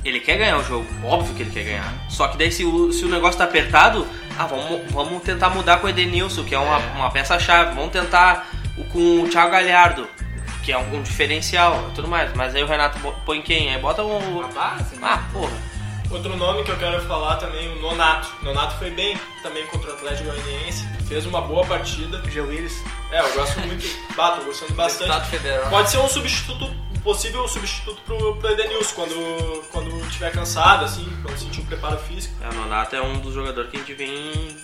Speaker 5: ele quer ganhar o jogo. Óbvio que ele quer ganhar. Só que daí se o, se o negócio tá apertado, ah, vamos, vamos tentar mudar com o Edenilson, que é uma, uma peça-chave. Vamos tentar o- com o Thiago Galhardo, que é um, um diferencial tudo mais. Mas aí o Renato bo- põe quem? Aí bota
Speaker 2: A
Speaker 5: um.
Speaker 2: base, né?
Speaker 5: Ah, porra.
Speaker 6: Outro nome que eu quero falar também, o Nonato. Nonato foi bem também contra o Atlético Goianiense, fez uma boa partida.
Speaker 4: Gil Willis.
Speaker 6: É, eu gosto muito, bato, gostando
Speaker 2: Deputado
Speaker 6: bastante.
Speaker 2: federal.
Speaker 6: Pode ser um substituto, um possível substituto pro, pro Edenilson quando, quando tiver cansado, assim, quando sentir o preparo físico.
Speaker 5: É, O Nonato é um dos jogadores que a gente vem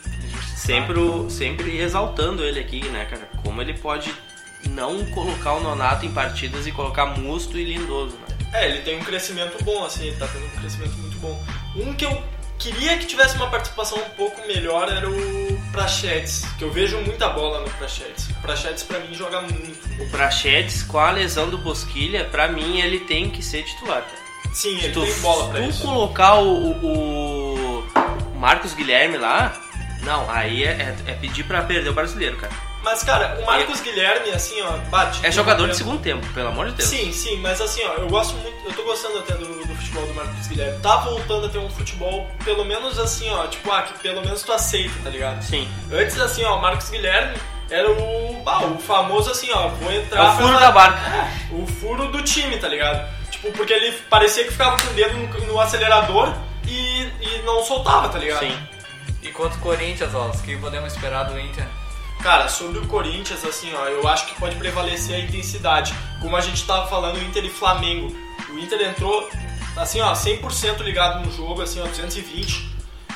Speaker 5: sempre, o- sempre exaltando ele aqui, né, cara? Como ele pode não colocar o Nonato em partidas e colocar Musto e Lindoso, né?
Speaker 6: É, ele tem um crescimento bom, assim, ele tá tendo um crescimento muito bom. Um que eu queria que tivesse uma participação um pouco melhor era o Prachetes, que eu vejo muita bola no Prachetes. O Prachetes pra mim joga muito.
Speaker 5: O Prachetes, com a lesão do Bosquilha, pra mim ele tem que ser titular, cara.
Speaker 6: Sim, ele
Speaker 5: Tu,
Speaker 6: tem bola pra
Speaker 5: tu
Speaker 6: isso.
Speaker 5: colocar o, o- o Marcos Guilherme lá, não, aí é, é- é pedir pra perder o brasileiro, cara.
Speaker 6: Mas, cara, o Marcos Guilherme, assim, ó, bate.
Speaker 5: É jogador de segundo tempo, pelo amor de Deus.
Speaker 6: Sim, sim, mas assim, ó, eu gosto muito, eu tô gostando até do, do futebol do Marcos Guilherme. Tá voltando a ter um futebol, pelo menos assim, ó, tipo, ah, que pelo menos tu aceita, tá ligado?
Speaker 5: Sim.
Speaker 6: Antes, assim, ó, o Marcos Guilherme era o, ah, o famoso, assim, ó, vou
Speaker 5: É
Speaker 6: entrar...
Speaker 5: o furo
Speaker 6: pra-
Speaker 5: da barca.
Speaker 6: É, o furo do time, tá ligado? Tipo, porque ele parecia que ficava com o dedo no, no acelerador e, e não soltava, tá ligado?
Speaker 5: Sim.
Speaker 2: E contra o Corinthians, ó, o que podemos esperar do Inter?
Speaker 6: Cara, sobre o Corinthians, assim, ó, eu acho que pode prevalecer a intensidade. Como a gente tava falando, Inter e Flamengo. O Inter entrou, assim, ó, 100% ligado no jogo, assim, ó, 220.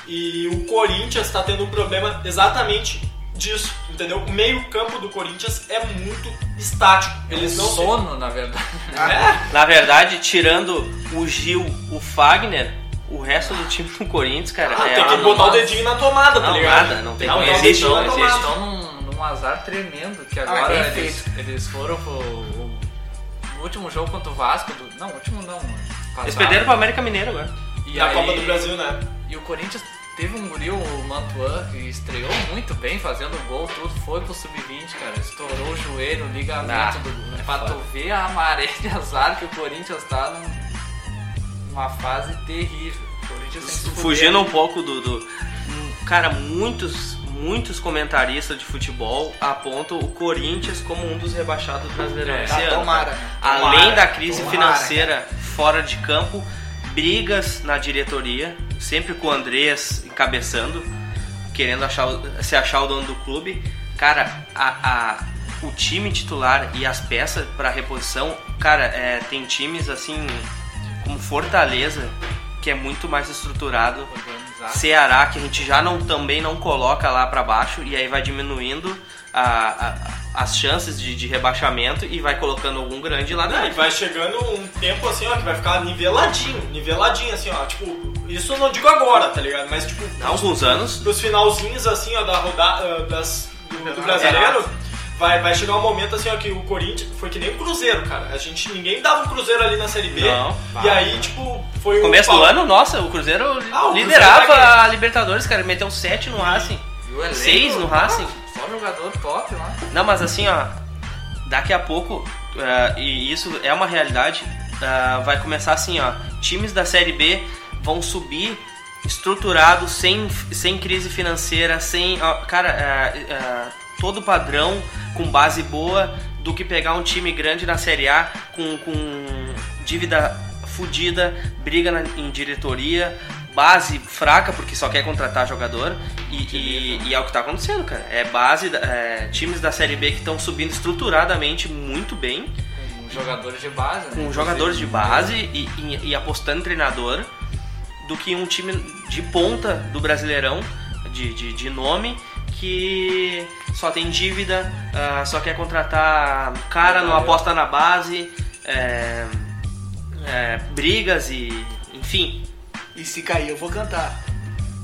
Speaker 6: E o Corinthians tá tendo um problema exatamente disso, entendeu? O meio-campo do Corinthians é muito estático. Eles não
Speaker 2: É um Sono, na verdade.
Speaker 6: É,
Speaker 5: Na verdade, tirando o Gil, o Fagner, o resto do time do Corinthians, cara,
Speaker 6: ah,
Speaker 5: é
Speaker 6: tem que
Speaker 5: uma-
Speaker 2: não
Speaker 6: botar o
Speaker 2: faz.
Speaker 6: dedinho na tomada, tá
Speaker 5: Não,
Speaker 6: ligado?
Speaker 5: nada, não tem
Speaker 6: que
Speaker 5: como,
Speaker 6: botar o
Speaker 5: existe,
Speaker 6: dedinho
Speaker 5: não
Speaker 6: na tomada.
Speaker 5: existe.
Speaker 2: Estão num, num azar tremendo que
Speaker 4: Ah,
Speaker 2: agora
Speaker 4: bem
Speaker 2: eles, eles foram pro. No último jogo contra o Vasco. do- não, último não. Passado,
Speaker 5: Eles perderam pro América Mineiro agora.
Speaker 2: e
Speaker 6: Na
Speaker 2: aí-
Speaker 6: Copa do Brasil, né?
Speaker 2: E o Corinthians teve um guril, o Mantuan, que estreou muito bem, fazendo um gol, tudo. Foi pro sub-20, cara. Estourou o joelho, o ligamento
Speaker 5: Ah,
Speaker 2: do.
Speaker 5: é
Speaker 2: pra tu
Speaker 5: foda.
Speaker 2: ver a maré de azar que o Corinthians tá num- numa fase terrível. O Corinthians tem que se fuder. né?
Speaker 5: Fugindo um pouco do. do- hum, Cara, muitos, muitos comentaristas de futebol apontam o Corinthians como um dos rebaixados do Brasileirão.
Speaker 2: É,
Speaker 5: esse ano, cara.
Speaker 4: tomara, né?
Speaker 5: Além da crise
Speaker 4: tomara,
Speaker 5: financeira fora de campo, brigas na diretoria, sempre com o Andrés encabeçando, querendo achar, o- se achar o dono do clube. Cara, a- a- o time titular e as peças para reposição, cara, é, tem times assim como Fortaleza, que é muito mais estruturado.
Speaker 2: Organizado.
Speaker 5: Ceará, que a gente já não, também não coloca lá pra baixo, e aí vai diminuindo a- a- as chances de, de rebaixamento e vai colocando algum grande lá
Speaker 6: Não, e
Speaker 5: dentro.
Speaker 6: vai chegando um tempo assim, ó, que vai ficar niveladinho, niveladinho, assim, ó. Tipo, isso eu não digo agora, tá ligado? Mas, tipo,
Speaker 5: Há alguns anos,
Speaker 6: pros finalzinhos, assim, ó, da rodada das, do, do brasileiro, vai, vai chegar um momento, assim, ó, que o Corinthians foi que nem o Cruzeiro, cara. A gente, ninguém dava um Cruzeiro ali na Série B.
Speaker 5: Não.
Speaker 6: e aí, tipo, foi
Speaker 5: no
Speaker 6: o.
Speaker 5: começo do
Speaker 6: Paulo-
Speaker 5: ano, nossa, o Cruzeiro
Speaker 6: Ah, o
Speaker 5: liderava
Speaker 6: Cruzeiro vai
Speaker 5: a Libertadores, cara, meteu 7 no Racing.
Speaker 2: E o elenco,
Speaker 5: Seis no Racing?
Speaker 2: Só jogador top lá.
Speaker 5: Não, mas assim, ó, daqui a pouco, ah, e isso é uma realidade, ah, vai começar assim, ó, times da Série B vão subir estruturados, sem, sem crise financeira, sem, ó, cara, ah, ah, todo padrão, com base boa, do que pegar um time grande na Série A com, com dívida fudida, briga na- em diretoria, base fraca, porque só quer contratar jogador, e, e- e é o que tá acontecendo, cara. É base, da- é, times da Série B que estão subindo estruturadamente muito bem,
Speaker 2: Com jogadores de base. né?
Speaker 5: com
Speaker 2: Inclusive,
Speaker 5: jogadores de base e, e- e apostando em treinador, do que um time de ponta do Brasileirão, de, de- de nome, que só tem dívida, ah, só quer contratar cara, não aposta na base, é, é, brigas e. enfim.
Speaker 4: E se cair, eu vou cantar.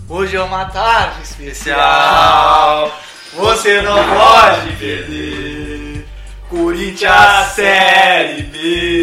Speaker 4: Hoje é uma tarde especial.
Speaker 5: Especial.
Speaker 4: Você não pode perder. Corinthians Série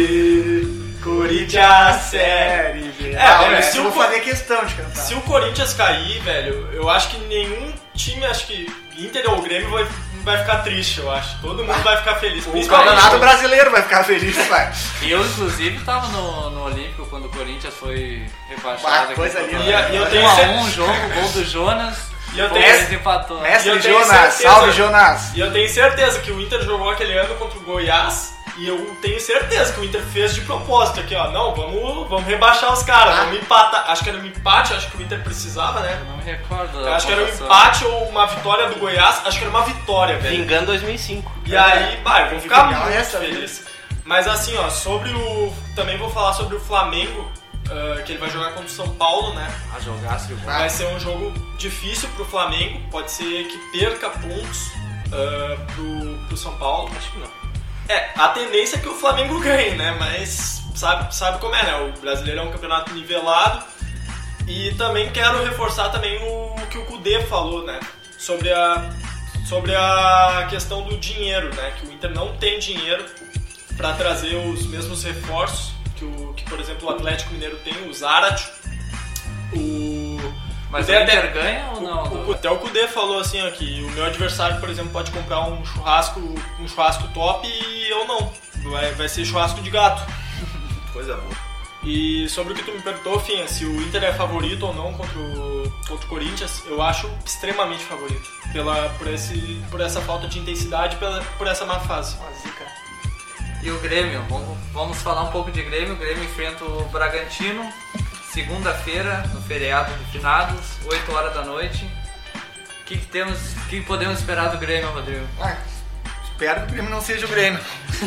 Speaker 4: B. Corinthians Série B.
Speaker 6: É, olha, se
Speaker 4: se eu
Speaker 6: o
Speaker 4: vou
Speaker 6: Cor-
Speaker 4: fazer questão de cantar.
Speaker 6: Se o Corinthians cair, velho, eu acho que nenhum time, acho que Inter ou Grêmio vai, vai ficar triste, eu acho. Todo mundo vai ficar feliz.
Speaker 4: O
Speaker 6: principalmente-
Speaker 4: campeonato brasileiro vai ficar feliz, pai.
Speaker 2: Eu, inclusive, tava no, no Olímpico quando o Corinthians foi
Speaker 4: Uma
Speaker 2: rebaixado. aqui
Speaker 4: coisa
Speaker 2: em Porto
Speaker 4: linda.
Speaker 2: Alegre.
Speaker 6: E eu tenho
Speaker 2: 1 a
Speaker 6: certeza-
Speaker 2: 1 jogo, um, gol do Jonas.
Speaker 6: E eu
Speaker 2: o
Speaker 6: tenho-
Speaker 2: Corinthians empatou.
Speaker 6: E
Speaker 4: Mestre
Speaker 6: eu tenho
Speaker 4: Jonas,
Speaker 6: certeza-
Speaker 4: salve Jonas.
Speaker 6: E eu tenho certeza que o Inter jogou aquele ano contra o Goiás. E eu tenho certeza que o Inter fez de propósito aqui, ó. Não, vamos, vamos rebaixar os caras, vamos empatar. Acho que era um empate, acho que o Inter precisava,
Speaker 2: Eu
Speaker 6: né?
Speaker 2: não me recordo.
Speaker 6: Eu
Speaker 2: da
Speaker 6: acho que era um
Speaker 2: pontuação.
Speaker 6: empate ou uma vitória do Goiás. Acho que era uma vitória, velho.
Speaker 5: Vingando 2005.
Speaker 6: E aí, vai, eu vou ficar
Speaker 4: Vingar
Speaker 6: muito
Speaker 4: essa,
Speaker 6: feliz. Mas assim, ó, sobre o. Também vou falar sobre o Flamengo, ah, que ele vai jogar contra o São Paulo, né?
Speaker 2: A jogasse de
Speaker 4: Ah.
Speaker 6: Vai ser um jogo difícil pro Flamengo, pode ser que perca pontos ah, pro, pro São Paulo. Acho que não. É, a tendência é que o Flamengo ganhe, né? Mas sabe, sabe como é, né? O brasileiro é um campeonato nivelado. E também quero reforçar também o, que o Kudê falou, né? Sobre a, sobre a questão do dinheiro, né? Que o Inter não tem dinheiro para trazer os mesmos reforços que, o, que, por exemplo, o Atlético Mineiro tem, o Zarate. O,
Speaker 2: Mas o
Speaker 6: Kudê até-
Speaker 2: Inter ganha ou não?
Speaker 6: o- o- até o Kudê falou assim, ó, que o meu adversário, por exemplo, pode comprar um churrasco, um churrasco top e eu não. Vai, vai ser churrasco de gato.
Speaker 3: Coisa boa.
Speaker 6: E sobre o que tu me perguntou, Finha, se o Inter é favorito ou não contra o, contra o Corinthians, eu acho extremamente favorito. Pela, por, esse, por essa falta de intensidade, pela, por essa má fase.
Speaker 4: Uma zica.
Speaker 2: E o Grêmio, vamos, vamos falar um pouco de Grêmio. O Grêmio enfrenta o Bragantino, segunda-feira, no feriado de finados, 8 horas da noite. O que, que temos, o que podemos esperar do Grêmio, Rodrigo?
Speaker 4: Ah, espero que o Grêmio não seja o Grêmio.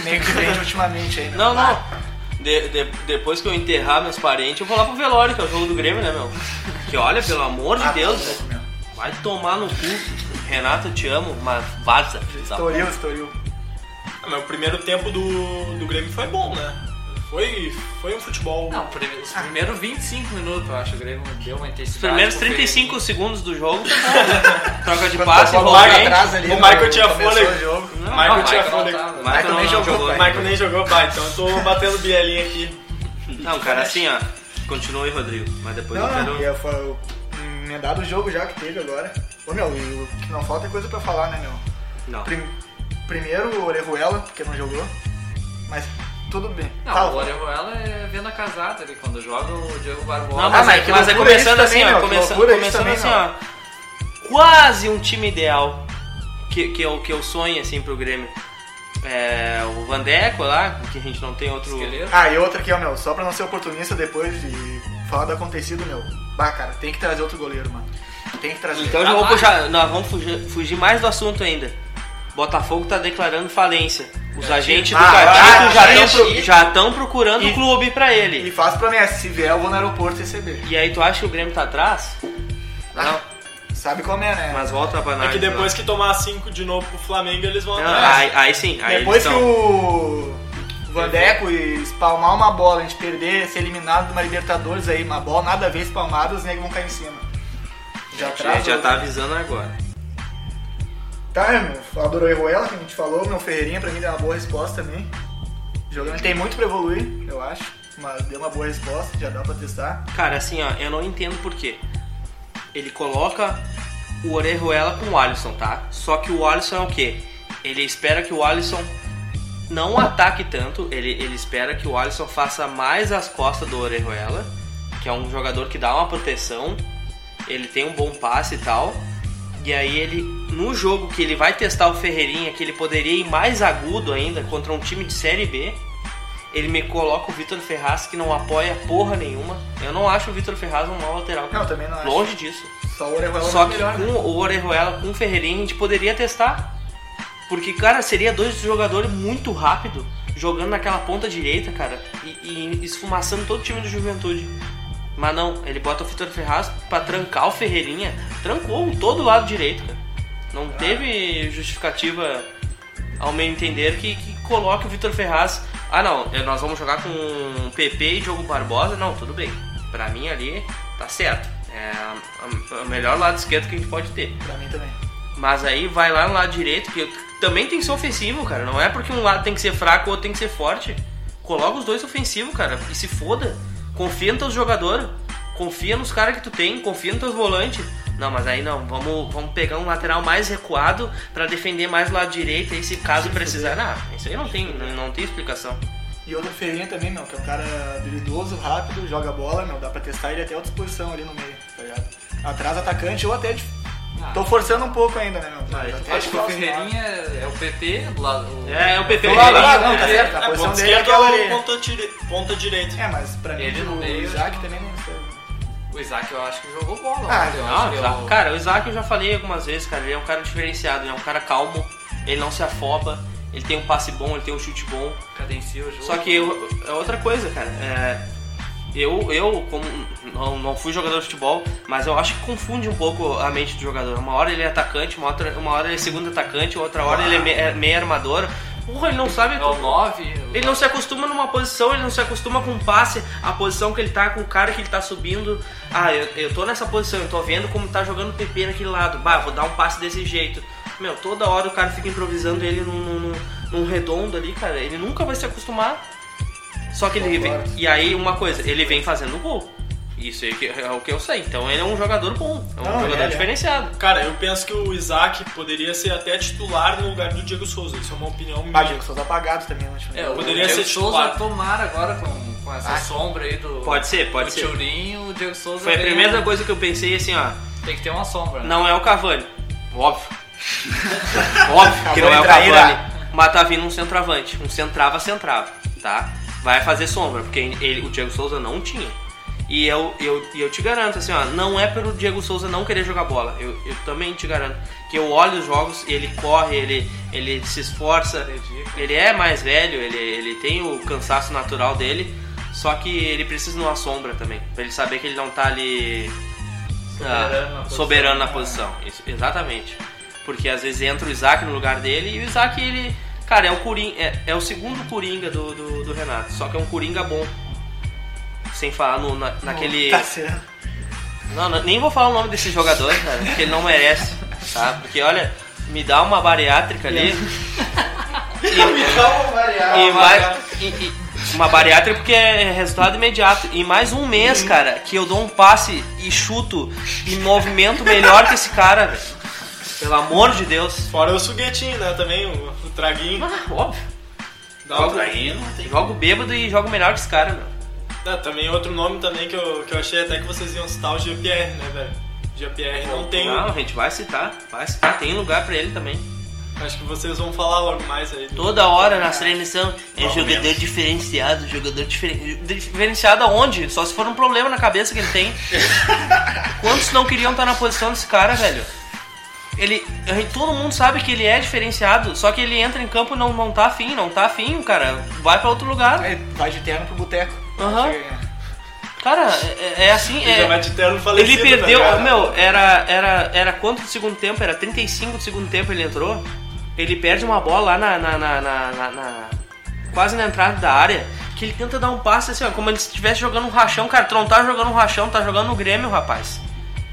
Speaker 4: Nem o que vende ultimamente aí. né?
Speaker 5: Não,
Speaker 4: Bah.
Speaker 5: não. De- de- depois que eu enterrar meus parentes, eu vou lá pro velório, que é o jogo do Grêmio, né, meu? Que olha, pelo amor de
Speaker 4: Ah,
Speaker 5: Deus,
Speaker 4: tá
Speaker 5: velho.
Speaker 4: louco, meu.
Speaker 5: Vai tomar no cu. Renato, eu te amo, mas tá. vaza. filho da
Speaker 4: Estouril, estouril.
Speaker 6: Ah, mas o primeiro tempo do, do Grêmio foi bom, né? Foi, foi um futebol.
Speaker 2: Não, prime- os primeiros 25 minutos, eu acho, o Grêmio deu uma intensidade.
Speaker 5: Os primeiros
Speaker 2: pro Grêmio.
Speaker 5: 35 segundos do jogo, troca de passe,
Speaker 4: Quando
Speaker 5: rola
Speaker 4: Michael
Speaker 5: bem.
Speaker 4: atrás ali, né,
Speaker 6: o
Speaker 4: no-
Speaker 6: Michael tinha
Speaker 4: começou
Speaker 6: fôlego.
Speaker 4: o jogo.
Speaker 2: Não,
Speaker 6: Michael
Speaker 2: não,
Speaker 6: tinha
Speaker 2: não tá,
Speaker 6: fôlego.
Speaker 2: tava.
Speaker 5: Michael
Speaker 4: Michael
Speaker 5: não
Speaker 4: nem jogou,
Speaker 5: jogou,
Speaker 6: O Michael nem jogou, né? bah, então eu tô batendo bielinha aqui.
Speaker 5: Não, cara, assim, ó. Continua aí, Rodrigo. Mas depois eu
Speaker 4: Não,
Speaker 5: quero.
Speaker 4: não, ia foi o- emendado o jogo já que teve agora. Ô meu, e o que não falta é coisa pra falar, né, meu?
Speaker 5: Não.
Speaker 4: Prim- primeiro o Orejuela, porque não jogou. Mas tudo bem.
Speaker 2: Não,
Speaker 4: Tá,
Speaker 2: o Orejuela é venda casada ali, quando joga o Diego Barbosa.
Speaker 5: Não,
Speaker 4: Ah,
Speaker 5: mas,
Speaker 4: mas
Speaker 5: é-
Speaker 4: que
Speaker 5: mas é
Speaker 4: loucura
Speaker 5: começando
Speaker 4: isso
Speaker 5: assim,
Speaker 4: também,
Speaker 5: ó.
Speaker 4: meu, que
Speaker 5: Começando,
Speaker 4: loucura isso
Speaker 5: começando
Speaker 4: também,
Speaker 5: assim, ó. Quase um time ideal que, que, eu, que eu sonho, assim, pro Grêmio. É, o Vandeco lá, que a gente não tem outro.
Speaker 2: Esqueleto.
Speaker 4: Ah, e outra aqui, ó, meu, só pra não ser oportunista depois de falar do acontecido, meu. Bah, cara, tem que trazer outro goleiro, mano. Tem que trazer.
Speaker 5: Então eu já vou
Speaker 2: Ah,
Speaker 5: puxar. Nós vamos fugir, fugir mais do assunto ainda. Botafogo tá declarando falência. Os agentes do
Speaker 4: Ah,
Speaker 5: Catito
Speaker 4: ah,
Speaker 5: já
Speaker 4: gente.
Speaker 5: estão já estão procurando o
Speaker 4: E-
Speaker 5: clube pra
Speaker 4: E
Speaker 5: ele.
Speaker 4: faz promessa, se vier eu vou no aeroporto receber.
Speaker 5: E aí tu acha que o Grêmio tá atrás? Não,
Speaker 4: Sabe como é, né?
Speaker 5: mas volta pra
Speaker 6: É
Speaker 5: nós.
Speaker 6: que depois que tomar 5 de novo pro Flamengo, eles
Speaker 4: Ah,
Speaker 6: vão
Speaker 5: Não,
Speaker 6: atrás.
Speaker 5: aí, aí sim, aí então.
Speaker 4: Depois que
Speaker 5: eles tão-
Speaker 4: o Vandeco e espalmar uma bola, a gente perder, ser eliminado de uma Libertadores aí, uma bola nada a ver espalmada, os negros vão cair em cima. Já
Speaker 5: já,
Speaker 4: traz.
Speaker 5: já
Speaker 4: o-
Speaker 5: tá avisando agora.
Speaker 4: Tá, meu, adorou Ruela, que a gente falou, meu Ferreirinha pra mim deu uma boa resposta também. Jogando tem muito pra evoluir, eu acho, mas deu uma boa resposta, já dá pra testar.
Speaker 5: Cara, assim, ó, eu não entendo por quê. Ele coloca o Orejuela com o Alisson, tá? Só que o Alisson é o quê? Ele espera que o Alisson não ataque tanto, ele, ele espera que o Alisson faça mais as costas do Orejuela, que é um jogador que dá uma proteção, ele tem um bom passe e tal. E aí ele, no jogo que ele vai testar o Ferreirinha, que ele poderia ir mais agudo ainda contra um time de Série B, ele me coloca o Vitor Ferraz que não apoia porra nenhuma. Eu não acho o Vitor Ferraz um mau lateral.
Speaker 4: Não, também não acho.
Speaker 5: Longe disso.
Speaker 4: Só o Orejuela
Speaker 5: Só
Speaker 4: é
Speaker 5: que
Speaker 4: melhor, né?
Speaker 5: com o Orejuela, com o Ferreirinha, a gente poderia testar. Porque, cara, seria dois jogadores muito rápido jogando naquela ponta direita, cara, e, e esfumaçando todo o time do Juventude. Mas não, ele bota o Vitor Ferraz pra trancar o Ferreirinha. Trancou o todo lado direito, cara. Não teve justificativa, ao meu entender, que, que coloque o Vitor Ferraz. Ah, não, eh, nós vamos jogar com o PP e Diogo Barbosa. Não, tudo bem. Pra mim ali tá certo. É a- a- o melhor lado esquerdo que a gente pode ter.
Speaker 4: Pra mim também.
Speaker 5: Mas aí vai lá no lado direito, que também tem que ser ofensivo, cara. Não é porque um lado tem que ser fraco, o outro tem que ser forte. Coloca os dois ofensivos, cara, e se foda. Confia nos teus jogadores, confia nos caras que tu tem, confia nos teus volantes. Não, mas aí não, vamos, vamos pegar um lateral mais recuado pra defender mais o lado direito, aí se caso precisar. Não, isso aí não tem, não, não tem explicação.
Speaker 4: E outro Ferreirinha também, meu, que é um cara habilidoso, rápido, joga bola, meu, dá pra testar ele até outra posição ali no meio, tá ligado? Atrás atacante ou até de...
Speaker 2: Ah.
Speaker 4: Tô forçando um pouco ainda, né, meu?
Speaker 5: Ah,
Speaker 4: Já
Speaker 5: eu
Speaker 4: até
Speaker 2: Acho que o
Speaker 4: falso,
Speaker 2: Ferreirinha é o PP, do lado. o-
Speaker 5: É, é o PP.
Speaker 4: Não, não, não,
Speaker 5: Ferreirinha,
Speaker 4: não, tá
Speaker 5: PP.
Speaker 4: certo, a posição
Speaker 6: ponta
Speaker 4: dele é
Speaker 6: esquerda
Speaker 4: aquela
Speaker 6: ou
Speaker 4: ali.
Speaker 6: ponta, dire... ponta direita?
Speaker 4: É, mas pra mim
Speaker 2: Ele no
Speaker 4: o
Speaker 2: meio,
Speaker 5: né?
Speaker 4: Isaac também não serve.
Speaker 2: O Isaac eu acho que jogou bola.
Speaker 4: Ah,
Speaker 2: ontem, eu
Speaker 5: Não,
Speaker 2: acho que
Speaker 5: Isaac-
Speaker 2: eu-
Speaker 5: cara, o Isaac eu já falei algumas vezes, cara, ele é um cara diferenciado, ele é um cara calmo, ele não se afoba, ele tem um passe bom, ele tem um chute bom.
Speaker 2: cadencia o jogo.
Speaker 5: Só que eu- é outra coisa, cara. É, eu, eu como não, não fui jogador de futebol, mas eu acho que confunde um pouco a mente do jogador. Uma hora ele é atacante, uma, outra, uma hora ele é segundo atacante, outra hora ele é me- é meio armador. Porra, ele não sabe.
Speaker 2: É o 9. o-
Speaker 5: Ele não se acostuma numa posição, ele não se acostuma com o passe, a posição que ele tá, com o cara que ele tá subindo. Ah, eu, eu tô nessa posição, eu tô vendo como tá jogando o PP naquele lado. Bah, vou dar um passe desse jeito. Meu, toda hora o cara fica improvisando ele num, num- num- num redondo ali, cara. Ele nunca vai se acostumar. Só que ele.
Speaker 4: Concordo.
Speaker 5: E aí, uma coisa, ele vem fazendo gol. Isso aí que- é o que eu sei. Então ele é um jogador bom, é um
Speaker 4: Não,
Speaker 5: jogador
Speaker 4: ele é.
Speaker 5: diferenciado.
Speaker 6: Cara, eu penso que o Isaac poderia ser até titular no lugar do Diego Souza. Isso é uma opinião minha.
Speaker 4: Ah, Diego Souza apagado também, né, tipo, não acho
Speaker 2: É,
Speaker 4: melhor.
Speaker 2: o
Speaker 6: Poderia
Speaker 2: Diego
Speaker 6: ser
Speaker 2: Souza
Speaker 6: titular.
Speaker 2: tomara agora com, com essa
Speaker 4: Ah.
Speaker 2: sombra aí do.
Speaker 5: Pode ser, pode
Speaker 2: do
Speaker 5: ser.
Speaker 2: Churinho, o Diego Souza.
Speaker 5: Foi a
Speaker 2: tem-
Speaker 5: primeira coisa que eu pensei assim, ó.
Speaker 2: Tem que ter uma sombra, né?
Speaker 5: Não é o Cavani. Óbvio. Óbvio que não é o
Speaker 4: Cavani trairá.
Speaker 5: Cavani. Mas tá vindo um centroavante. Um centrava, centrava, tá? Vai fazer sombra, porque ele- o Diego Souza não tinha. E eu, eu, e eu te garanto, assim, ó, não é pelo Diego Souza não querer jogar bola. Eu, eu também te garanto. Que eu olho os jogos, ele corre, ele, ele se esforça.
Speaker 2: Dedica.
Speaker 5: Ele é mais velho, ele, ele tem o cansaço natural dele. Só que ele precisa de uma sombra também. Pra ele saber que ele não tá ali
Speaker 2: Soberano na posição.
Speaker 5: soberano na posição. Isso, exatamente. Porque às vezes entra o Isaac no lugar dele e o Isaac, ele. Cara, é o, Coringa, é, é o segundo Coringa do, do, do Renato. Só que é um Coringa bom. Sem falar no, na- naquele.
Speaker 4: Tá sendo.
Speaker 5: Não, não, nem vou falar o nome desse jogador, cara, porque ele não merece, tá? Porque olha, me dá uma bariátrica ali. e, e vai- e- e- uma bariátrica porque é resultado imediato. E mais um mês, cara, que eu dou um passe e chuto e movimento melhor que esse cara, velho. Pelo amor de Deus.
Speaker 6: Fora o suguetinho, né? Também, o, o traguinho.
Speaker 5: Ah, óbvio.
Speaker 6: Dá outro-
Speaker 3: Tá Aí não tem
Speaker 5: Jogo bêbado e jogo melhor que esse cara, meu.
Speaker 6: Ah, também outro nome também que eu, que eu achei até que vocês iam citar o GPR, né, velho? GPR não tem.
Speaker 5: Não, a gente vai citar. Vai citar. Tem lugar pra ele também.
Speaker 6: Acho que vocês vão falar logo mais aí. do-
Speaker 5: Toda hora nas transmissões é
Speaker 3: Pelo
Speaker 5: jogador
Speaker 3: menos.
Speaker 5: diferenciado, jogador diferen- diferenciado aonde? Só se for um problema na cabeça que ele tem. Quantos não queriam estar na posição desse cara, velho? Ele, a gente- todo mundo sabe que ele é diferenciado, só que ele entra em campo e não, não tá afim, não tá afim, cara. Vai pra outro lugar.
Speaker 4: É, Vai de terno pro boteco.
Speaker 5: Aham.
Speaker 4: Chega.
Speaker 5: Cara, é, é assim.
Speaker 6: Ele já
Speaker 5: É,
Speaker 6: vai de terno falecido,
Speaker 5: ele perdeu.
Speaker 6: tá ligado?
Speaker 5: meu, era, era, era quanto do segundo tempo? Era 35 do segundo tempo ele entrou. Ele perde uma bola lá na. na- na- na- na- na- quase na entrada da área. Que ele tenta dar um passe assim, ó, como ele estivesse jogando um rachão, cara. Tu não tá jogando um rachão, tá jogando no Grêmio, rapaz.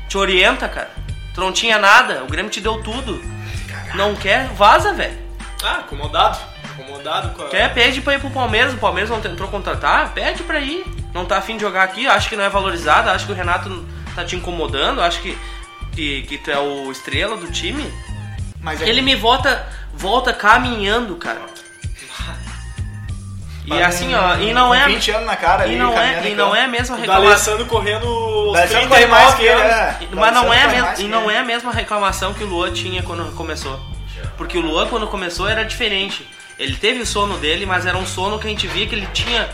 Speaker 5: Te orienta, cara. Tu não tinha nada, o Grêmio te deu tudo. Não quer? Vaza, velho.
Speaker 6: Ah, acomodado. Acomodado com a.
Speaker 5: Quer, pede pra ir pro Palmeiras, o Palmeiras não tentou contratar, Tá, pede pra ir. Não tá afim de jogar aqui, acho que não é valorizado, acho que o Renato tá te incomodando, acho que, que, que tu é o estrela do time.
Speaker 4: Mas é
Speaker 5: Ele me volta, volta caminhando, cara. E assim, ó, e não é.
Speaker 4: 20 anos na cara
Speaker 5: E
Speaker 4: ali,
Speaker 5: não
Speaker 4: caminhando
Speaker 5: é, e
Speaker 4: em
Speaker 5: não
Speaker 4: campo.
Speaker 5: é a mesma
Speaker 6: O
Speaker 5: reclamação.
Speaker 6: Alessandro correndo os
Speaker 4: D'Alessandro corre mais
Speaker 6: 39
Speaker 4: que
Speaker 6: anos.
Speaker 4: ele, né?
Speaker 5: Mas não é, a
Speaker 4: D'Alessandro corre
Speaker 5: mes-
Speaker 4: mais
Speaker 5: e
Speaker 4: que
Speaker 5: não
Speaker 4: ele.
Speaker 5: é a mesma reclamação que o Luan tinha quando começou. Porque o Luan, quando começou, era diferente. Ele teve o sono dele, mas era um sono que a gente via que ele tinha.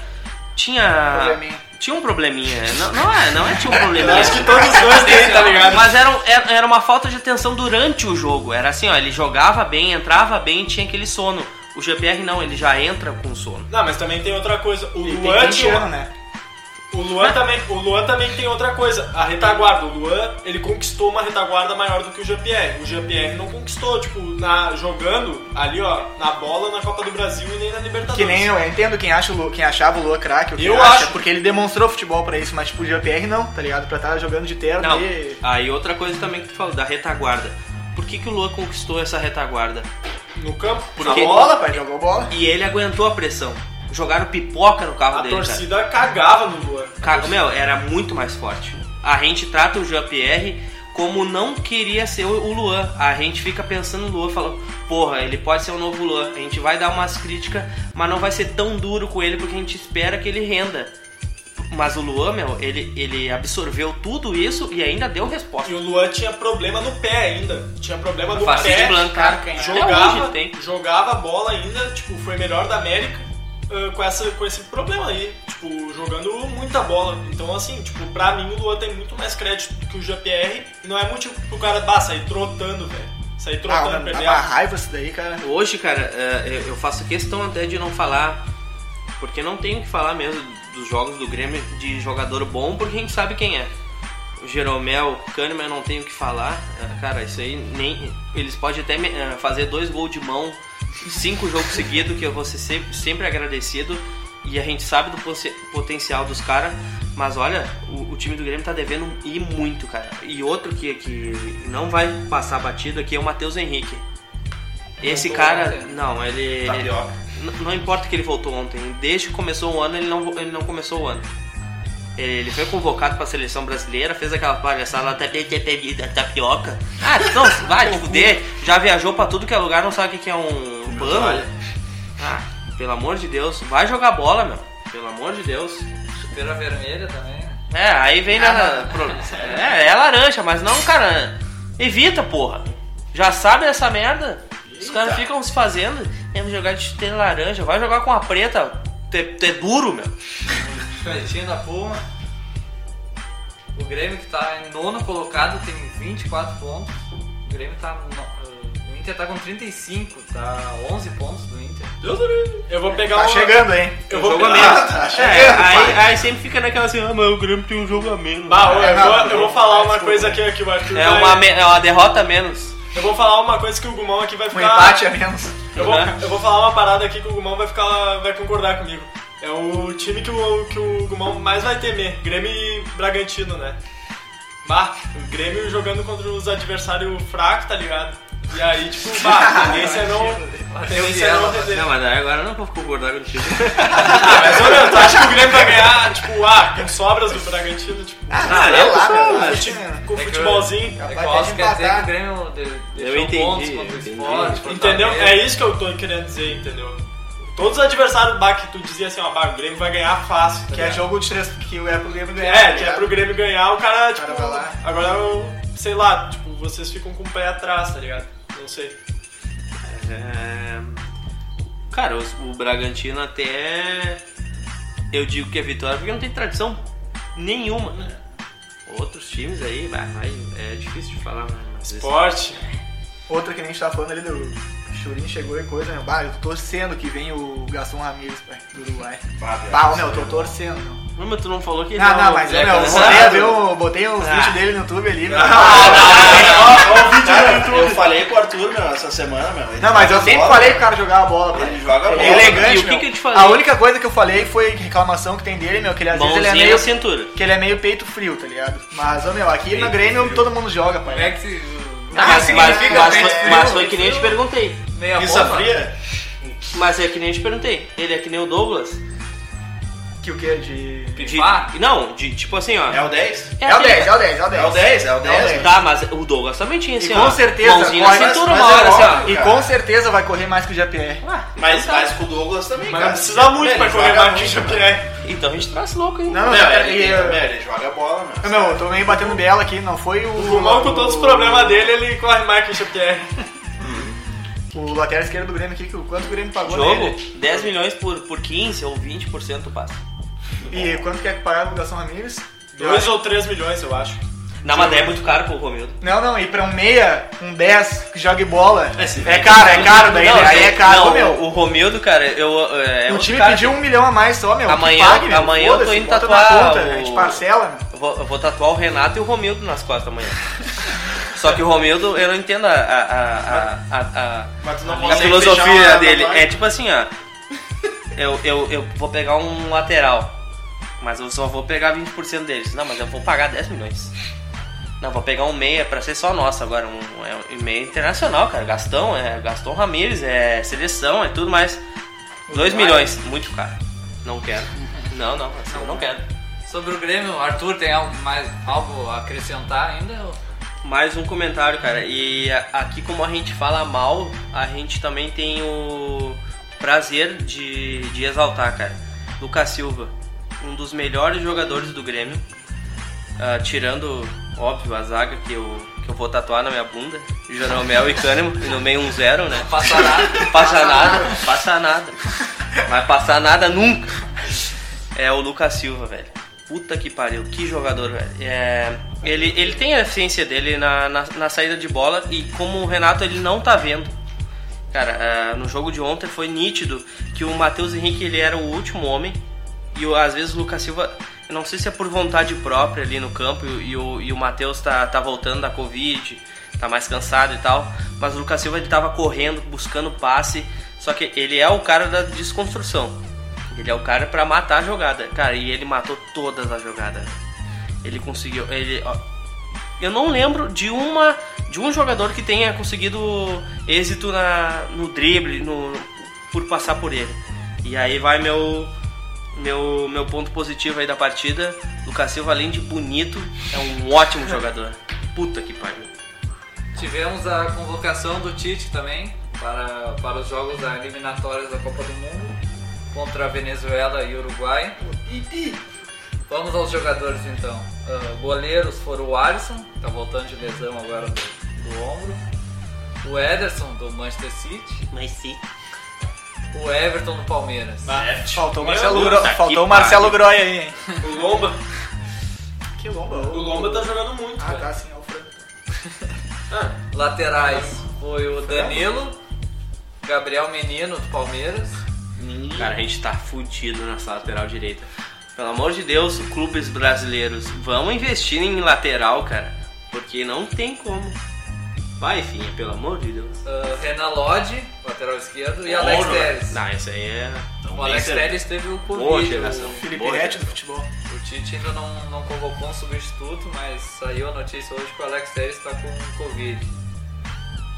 Speaker 5: Tinha.
Speaker 4: Probleminha.
Speaker 5: Tinha um probleminha. Não, não é, não é tinha um
Speaker 6: Eu
Speaker 5: probleminha.
Speaker 6: acho que todos os dois têm, tá ligado?
Speaker 5: Mas era, um- era era uma falta de atenção durante o jogo. Era assim, ó, ele jogava bem, entrava bem, tinha aquele sono. O GPR não, ele já entra com sono.
Speaker 6: Não, mas também tem outra coisa. O
Speaker 5: é
Speaker 4: Ele
Speaker 6: Luan,
Speaker 4: tem 20
Speaker 6: tinha-
Speaker 4: anos, né?
Speaker 6: o Luan também, o Luan também tem outra coisa. A retaguarda. O Luan, ele conquistou uma retaguarda maior do que o GPR. O GPR não conquistou, tipo, na, jogando ali, ó, na bola, na Copa do Brasil e nem na Libertadores.
Speaker 4: Que nem eu, eu entendo quem, acha o Lu- quem achava o Lua craque, o que
Speaker 6: Eu
Speaker 4: acha,
Speaker 6: acho.
Speaker 4: porque ele demonstrou futebol pra isso, mas tipo, o GPR não, tá ligado? Pra estar jogando de terno
Speaker 5: Não,
Speaker 4: e...
Speaker 5: aí outra coisa também que tu falou, da retaguarda. Por que, que o Luan conquistou essa retaguarda?
Speaker 6: No campo.
Speaker 5: Porque-
Speaker 4: A bola, pai, jogou bola.
Speaker 5: E ele aguentou a pressão. Jogaram pipoca no carro
Speaker 6: A
Speaker 5: dele, cara.
Speaker 6: torcida cagava no Luan.
Speaker 5: Cara, meu, era muito mais forte. A gente trata o Jean-Pierre como não queria ser o o Luan. A gente fica pensando no Luan, fala, porra, ele pode ser o novo Luan. A gente vai dar umas críticas, mas não vai ser tão duro com ele porque a gente espera que ele renda. Mas o Luan, meu, ele, ele absorveu tudo isso e ainda deu resposta.
Speaker 6: E o Luan tinha problema no pé ainda. Tinha problema no
Speaker 5: Fácil
Speaker 6: pé.
Speaker 5: de plantar. Até
Speaker 6: jogava,
Speaker 5: hoje tem.
Speaker 6: jogava a bola ainda, tipo, foi melhor da América ah, com, essa, com esse problema aí, tipo, jogando muita bola. Então, assim, tipo, pra mim o Luan tem muito mais crédito do que o GPR e não é motivo pro cara, bah, sair trotando, velho. Sair
Speaker 4: Ah,
Speaker 6: trotando,
Speaker 4: mano, dá
Speaker 6: perder
Speaker 4: uma
Speaker 6: a...
Speaker 4: raiva isso daí, cara.
Speaker 5: Hoje, cara, eh, eu- eu faço questão até de não falar, porque não tenho o que falar mesmo dos jogos do Grêmio de jogador bom, porque a gente sabe quem é. O Jeromel, o Kahneman, eu não tenho o que falar. Eh, Cara, isso aí nem. Eles podem até me- eh, fazer dois gols de mão, cinco jogos seguidos, que eu vou ser sempre, sempre agradecido. E a gente sabe do posse- potencial dos caras, mas olha, o, o time do Grêmio tá devendo ir muito, cara. E outro que, que não vai passar batido aqui é o Matheus Henrique. Esse
Speaker 2: Voltou
Speaker 5: cara,
Speaker 2: ontem.
Speaker 5: não, ele.
Speaker 3: tapioca.
Speaker 5: N- Não importa que ele voltou ontem, desde que começou o ano, ele não, vo- ele não começou o ano. Ele foi convocado pra seleção brasileira, fez aquela palhaçada "Tá até da tapioca. Ah, não, vai te fuder. Já viajou pra tudo que é lugar, não sabe o que que é um pano.
Speaker 3: toalha.
Speaker 5: Ah, pelo amor de Deus, vai jogar bola, meu. Pelo amor de Deus.
Speaker 2: Chuteira vermelha também, né?
Speaker 5: É, aí vem na. pro- É, é laranja, mas não, cara. Evita, porra. Já sabe essa merda. Os caras ficam se fazendo. Vamos jogar de chuteira laranja. Vai jogar com a preta. Tu é, tu é duro, meu.
Speaker 2: Pretinho da Puma. O Grêmio que tá em nono colocado tem 24 pontos. O Grêmio tá. no- O Inter tá com 35, tá 11 pontos do Inter.
Speaker 6: Deus do livre. Eu vou pegar
Speaker 4: ah. Tá
Speaker 6: um...
Speaker 4: chegando, hein?
Speaker 6: Eu vou
Speaker 5: Jogo a
Speaker 6: pegar...
Speaker 5: menos.
Speaker 4: tá
Speaker 5: é,
Speaker 4: chegando,
Speaker 5: aí, aí sempre fica naquela assim, ah, mas o Grêmio tem um jogo a menos.
Speaker 6: Bah, eu,
Speaker 4: É,
Speaker 6: eu vou,
Speaker 4: não,
Speaker 6: eu vou falar uma uma coisa que, que o Arthur
Speaker 5: É
Speaker 6: vai-
Speaker 5: uma, me- é uma derrota a menos.
Speaker 6: Eu vou falar uma coisa que o Gumão aqui vai
Speaker 4: Um
Speaker 6: ficar.
Speaker 4: empate a menos.
Speaker 6: Eu vou,
Speaker 5: Né?
Speaker 6: eu vou falar uma parada aqui que o Gumão vai ficar. vai concordar comigo. É o time que o, que o Gumão mais vai temer, Grêmio e Bragantino, né? Bah, o Grêmio jogando contra os adversários fracos, tá ligado? E aí, tipo, bah, a tendência é não. A tendência é não
Speaker 5: Não,
Speaker 6: reserva.
Speaker 5: mas agora eu não vou concordar contigo.
Speaker 6: Ah, mas ô meu, tu acha que o Grêmio vai ganhar, tipo, ah, com sobras do Bragantino, tipo,
Speaker 5: Ah,
Speaker 4: sei né?
Speaker 5: eu
Speaker 4: lá,
Speaker 5: sou,
Speaker 4: meu,
Speaker 5: mas-
Speaker 4: acho que-
Speaker 6: com
Speaker 2: É que eu-
Speaker 6: futebolzinho.
Speaker 2: É que
Speaker 4: Vai
Speaker 2: o Alves
Speaker 4: ter
Speaker 2: quer
Speaker 4: que
Speaker 2: dizer que o
Speaker 4: empatar.
Speaker 2: Grêmio de- deixou
Speaker 5: entendi,
Speaker 2: pontos contra o
Speaker 5: eu
Speaker 2: esporte.
Speaker 5: entendi.
Speaker 6: Entendeu? É isso que eu tô querendo dizer, entendeu? Todos os adversários do Bach, tu dizia assim, ó, bah, o Grêmio vai ganhar fácil.
Speaker 4: Que é jogo de três que é pro Grêmio ganhar.
Speaker 6: É,
Speaker 4: tá
Speaker 6: que é
Speaker 4: ligado?
Speaker 6: pro Grêmio ganhar, o cara, tipo,
Speaker 4: cara vai lá.
Speaker 6: agora eu, sei lá, tipo, vocês ficam com o pé atrás, tá ligado? Não sei.
Speaker 5: É, Cara, os- o Bragantino até. Eu digo que é vitória porque não tem tradição nenhuma, né? Outros times aí, bah, mas é difícil de falar, né? Mas esse-
Speaker 6: Esporte.
Speaker 4: Outra que nem a gente tava falando ali do Churinho chegou e coisa, meu. Bah, eu tô torcendo que vem o Gastão Ramírez, pai, do Uruguai. Bah, ô, meu, eu tô torcendo, meu.
Speaker 5: Não, mas tu não falou que
Speaker 4: Não, não, mas
Speaker 5: ele é
Speaker 4: eu, meu, eu
Speaker 5: cansado.
Speaker 4: botei, a ver o- botei os
Speaker 5: Ah.
Speaker 4: vídeos dele no YouTube ali, meu. Ah, é
Speaker 3: Cara, eu falei com o Arthur, meu, essa semana, meu. ele
Speaker 4: Não, mas eu
Speaker 3: joga
Speaker 4: sempre
Speaker 3: bola,
Speaker 4: falei pro cara jogar a bola, pai.
Speaker 3: Ele joga bola.
Speaker 4: É elegante,
Speaker 5: E o que
Speaker 4: meu.
Speaker 5: que eu te falei?
Speaker 4: A única coisa que eu falei foi reclamação que tem dele, meu, que ele às vezes ele é
Speaker 5: Mãozinha
Speaker 4: meio...
Speaker 5: na cintura.
Speaker 4: Que ele é meio peito frio, tá ligado? Mas, ô, meu, aqui no Grêmio todo mundo joga,
Speaker 2: Como é
Speaker 4: pai.
Speaker 2: que se...
Speaker 5: Não, mas, mas,
Speaker 2: significa
Speaker 5: mas-
Speaker 2: peito frio?
Speaker 5: mas foi que nem eu te perguntei.
Speaker 2: Meia
Speaker 3: Pizza
Speaker 2: bomba?
Speaker 3: fria?
Speaker 5: Mas é que nem eu te perguntei. Ele é que nem o Douglas.
Speaker 4: Que o quê? De...
Speaker 5: De,
Speaker 2: Pipá?
Speaker 5: não, de tipo assim, ó.
Speaker 3: É o 10?
Speaker 4: É o
Speaker 5: aquele-
Speaker 4: 10, é o 10, é o 10.
Speaker 3: É o 10, é o
Speaker 4: É o
Speaker 3: 10.
Speaker 4: dez.
Speaker 5: Tá, mas o Douglas também tinha assim,
Speaker 4: E
Speaker 5: ó.
Speaker 4: com certeza,
Speaker 5: Mãozinha na
Speaker 4: corre,
Speaker 5: cintura
Speaker 3: mas
Speaker 5: uma
Speaker 3: é
Speaker 5: hora, assim, ó.
Speaker 3: óbvio.
Speaker 4: E com certeza vai correr mais que o GPR.
Speaker 3: Mas, mas com o Douglas também,
Speaker 6: Mas
Speaker 4: é
Speaker 3: cara.
Speaker 6: não
Speaker 4: assim,
Speaker 6: precisa muito
Speaker 4: né,
Speaker 3: Ele
Speaker 6: pra correr
Speaker 3: joga
Speaker 6: mais que o
Speaker 3: muito,
Speaker 6: Jean-Pierre.
Speaker 5: Então a gente traz louco, hein?
Speaker 4: Não, não,
Speaker 3: Meu,
Speaker 4: já-
Speaker 3: ele,
Speaker 4: e-
Speaker 3: ele, meu, ele joga bola, meu.
Speaker 4: Ô, Meu, eu tô meio batendo bela aqui, não foi o.
Speaker 6: O Gumão, com todos os problemas dele, ele corre mais que o Jean-Pierre.
Speaker 4: O lateral esquerdo do Grêmio aqui, que o quanto o Grêmio pagou
Speaker 5: Jogo,
Speaker 4: nele.
Speaker 5: 10 milhões por, por 15 ou 20% do passe.
Speaker 4: E quanto que é que pagaram o Gastão Ramírez?
Speaker 6: Dois ou três milhões, eu acho.
Speaker 5: Na Madeira é muito caro pro Romildo.
Speaker 4: Não, não, e pra um meia, um 10 que jogue bola.
Speaker 5: Esse- tá
Speaker 4: É caro, é caro, daí
Speaker 5: Não,
Speaker 4: aí é caro,
Speaker 5: né? não,
Speaker 4: Ô, meu.
Speaker 5: O Romildo, cara, eu. É,
Speaker 4: o
Speaker 5: outro
Speaker 4: time
Speaker 5: cara.
Speaker 4: pediu um milhão a mais só, meu. que
Speaker 5: Amanhã-
Speaker 4: pague, meu,
Speaker 5: Ah, amanhã eu tô
Speaker 4: foda-se,
Speaker 5: indo
Speaker 4: bota na
Speaker 5: tatuar
Speaker 4: conta, né?
Speaker 5: o-
Speaker 4: A gente parcela, meu.
Speaker 5: Eu vou, eu vou tatuar o Renato e o Romildo nas costas amanhã. Só que o Romildo, eu não entendo a. a, a, a, a, a
Speaker 3: Mas tu não
Speaker 5: a
Speaker 3: consegue fechar
Speaker 5: filosofia
Speaker 3: uma
Speaker 5: dele
Speaker 3: tatuagem.
Speaker 5: é tipo assim, ó. Eu, eu, eu vou pegar um lateral, mas eu só vou pegar 20% deles. Não, mas eu vou pagar 10 milhões. Não, vou pegar um meia pra ser só nosso agora. Um, é um meia internacional, cara. Gastão, é Gastão Ramírez, é seleção, é tudo mais. 2 milhões, muito caro. Não quero. Não, não, assim, eu não quero.
Speaker 2: Sobre o Grêmio, Arthur, tem algo, mais, algo a acrescentar ainda?
Speaker 5: Mais um comentário, cara. E a- aqui, como a gente fala mal, a gente também tem o prazer de, de exaltar, cara. Lucas Silva, um dos melhores jogadores do Grêmio. Ah, tirando, óbvio, a zaga que eu, que eu vou tatuar na minha bunda. Joromel e Cânimo, e no meio um zero, né?
Speaker 2: Passará?
Speaker 5: Passa nada, passa nada. Vai passar nada nunca. É o Lucas Silva, velho. Puta que pariu, que jogador, velho. É, ele, ele tem a eficiência dele na, na, na saída de bola e como o Renato ele não tá vendo. Cara, é, no jogo de ontem foi nítido que o Matheus Henrique ele era o último homem e o- às vezes o Lucas Silva, eu não sei se é por vontade própria ali no campo e, o, e o Matheus tá, tá voltando da Covid, tá mais cansado e tal, mas o Lucas Silva ele tava correndo, buscando passe, só que ele é o cara da desconstrução. Ele é o cara pra matar a jogada. Cara, e ele matou todas as jogadas. Ele conseguiu, ele ó, eu não lembro de uma de um jogador que tenha conseguido êxito na, no drible, no, por passar por ele. E aí vai meu meu meu ponto positivo aí da partida. Lucas Silva, além de bonito, é um ótimo jogador. Puta que pariu.
Speaker 2: Tivemos a convocação do Tite também para, para os jogos da eliminatórias da Copa do Mundo contra a Venezuela e Uruguai. Vamos aos jogadores então. Ah, goleiros foram o Alisson, tá voltando de lesão agora do, do ombro. O Ederson do Manchester City,
Speaker 5: Mas sim.
Speaker 2: o Everton do Palmeiras.
Speaker 3: Ah,
Speaker 4: Faltou o
Speaker 6: Meu
Speaker 4: Marcelo,
Speaker 6: Deus,
Speaker 4: Gro...
Speaker 5: tá
Speaker 4: Faltou o
Speaker 5: que
Speaker 4: Marcelo Groy aí, hein?
Speaker 6: O Lomba,
Speaker 4: Que lomba,
Speaker 6: o Lomba tá jogando muito,
Speaker 4: Ah,
Speaker 6: cara.
Speaker 4: tá, sim, é o Franco.
Speaker 3: é?
Speaker 2: Laterais foi o Danilo, Gabriel Menino do Palmeiras.
Speaker 5: Cara, a gente tá fudido nessa lateral direita. Pelo amor de Deus, clubes brasileiros, vamos investir em lateral, cara. Porque não tem como. Vai, Finha, pelo amor de Deus.
Speaker 2: Ah, Renan Lodge, lateral esquerdo, e Alex
Speaker 3: Ouro, né?
Speaker 2: Telles.
Speaker 5: Não, isso aí é.
Speaker 3: Então,
Speaker 2: O Alex
Speaker 3: esse é-
Speaker 2: Telles teve o
Speaker 5: Boa
Speaker 2: Covid.
Speaker 5: geração.
Speaker 2: o-
Speaker 4: Felipe
Speaker 3: Boa,
Speaker 4: Rete
Speaker 3: gente.
Speaker 4: do futebol.
Speaker 2: O Tite ainda não, não convocou um substituto, mas saiu a notícia hoje que o Alex Telles está com Covid.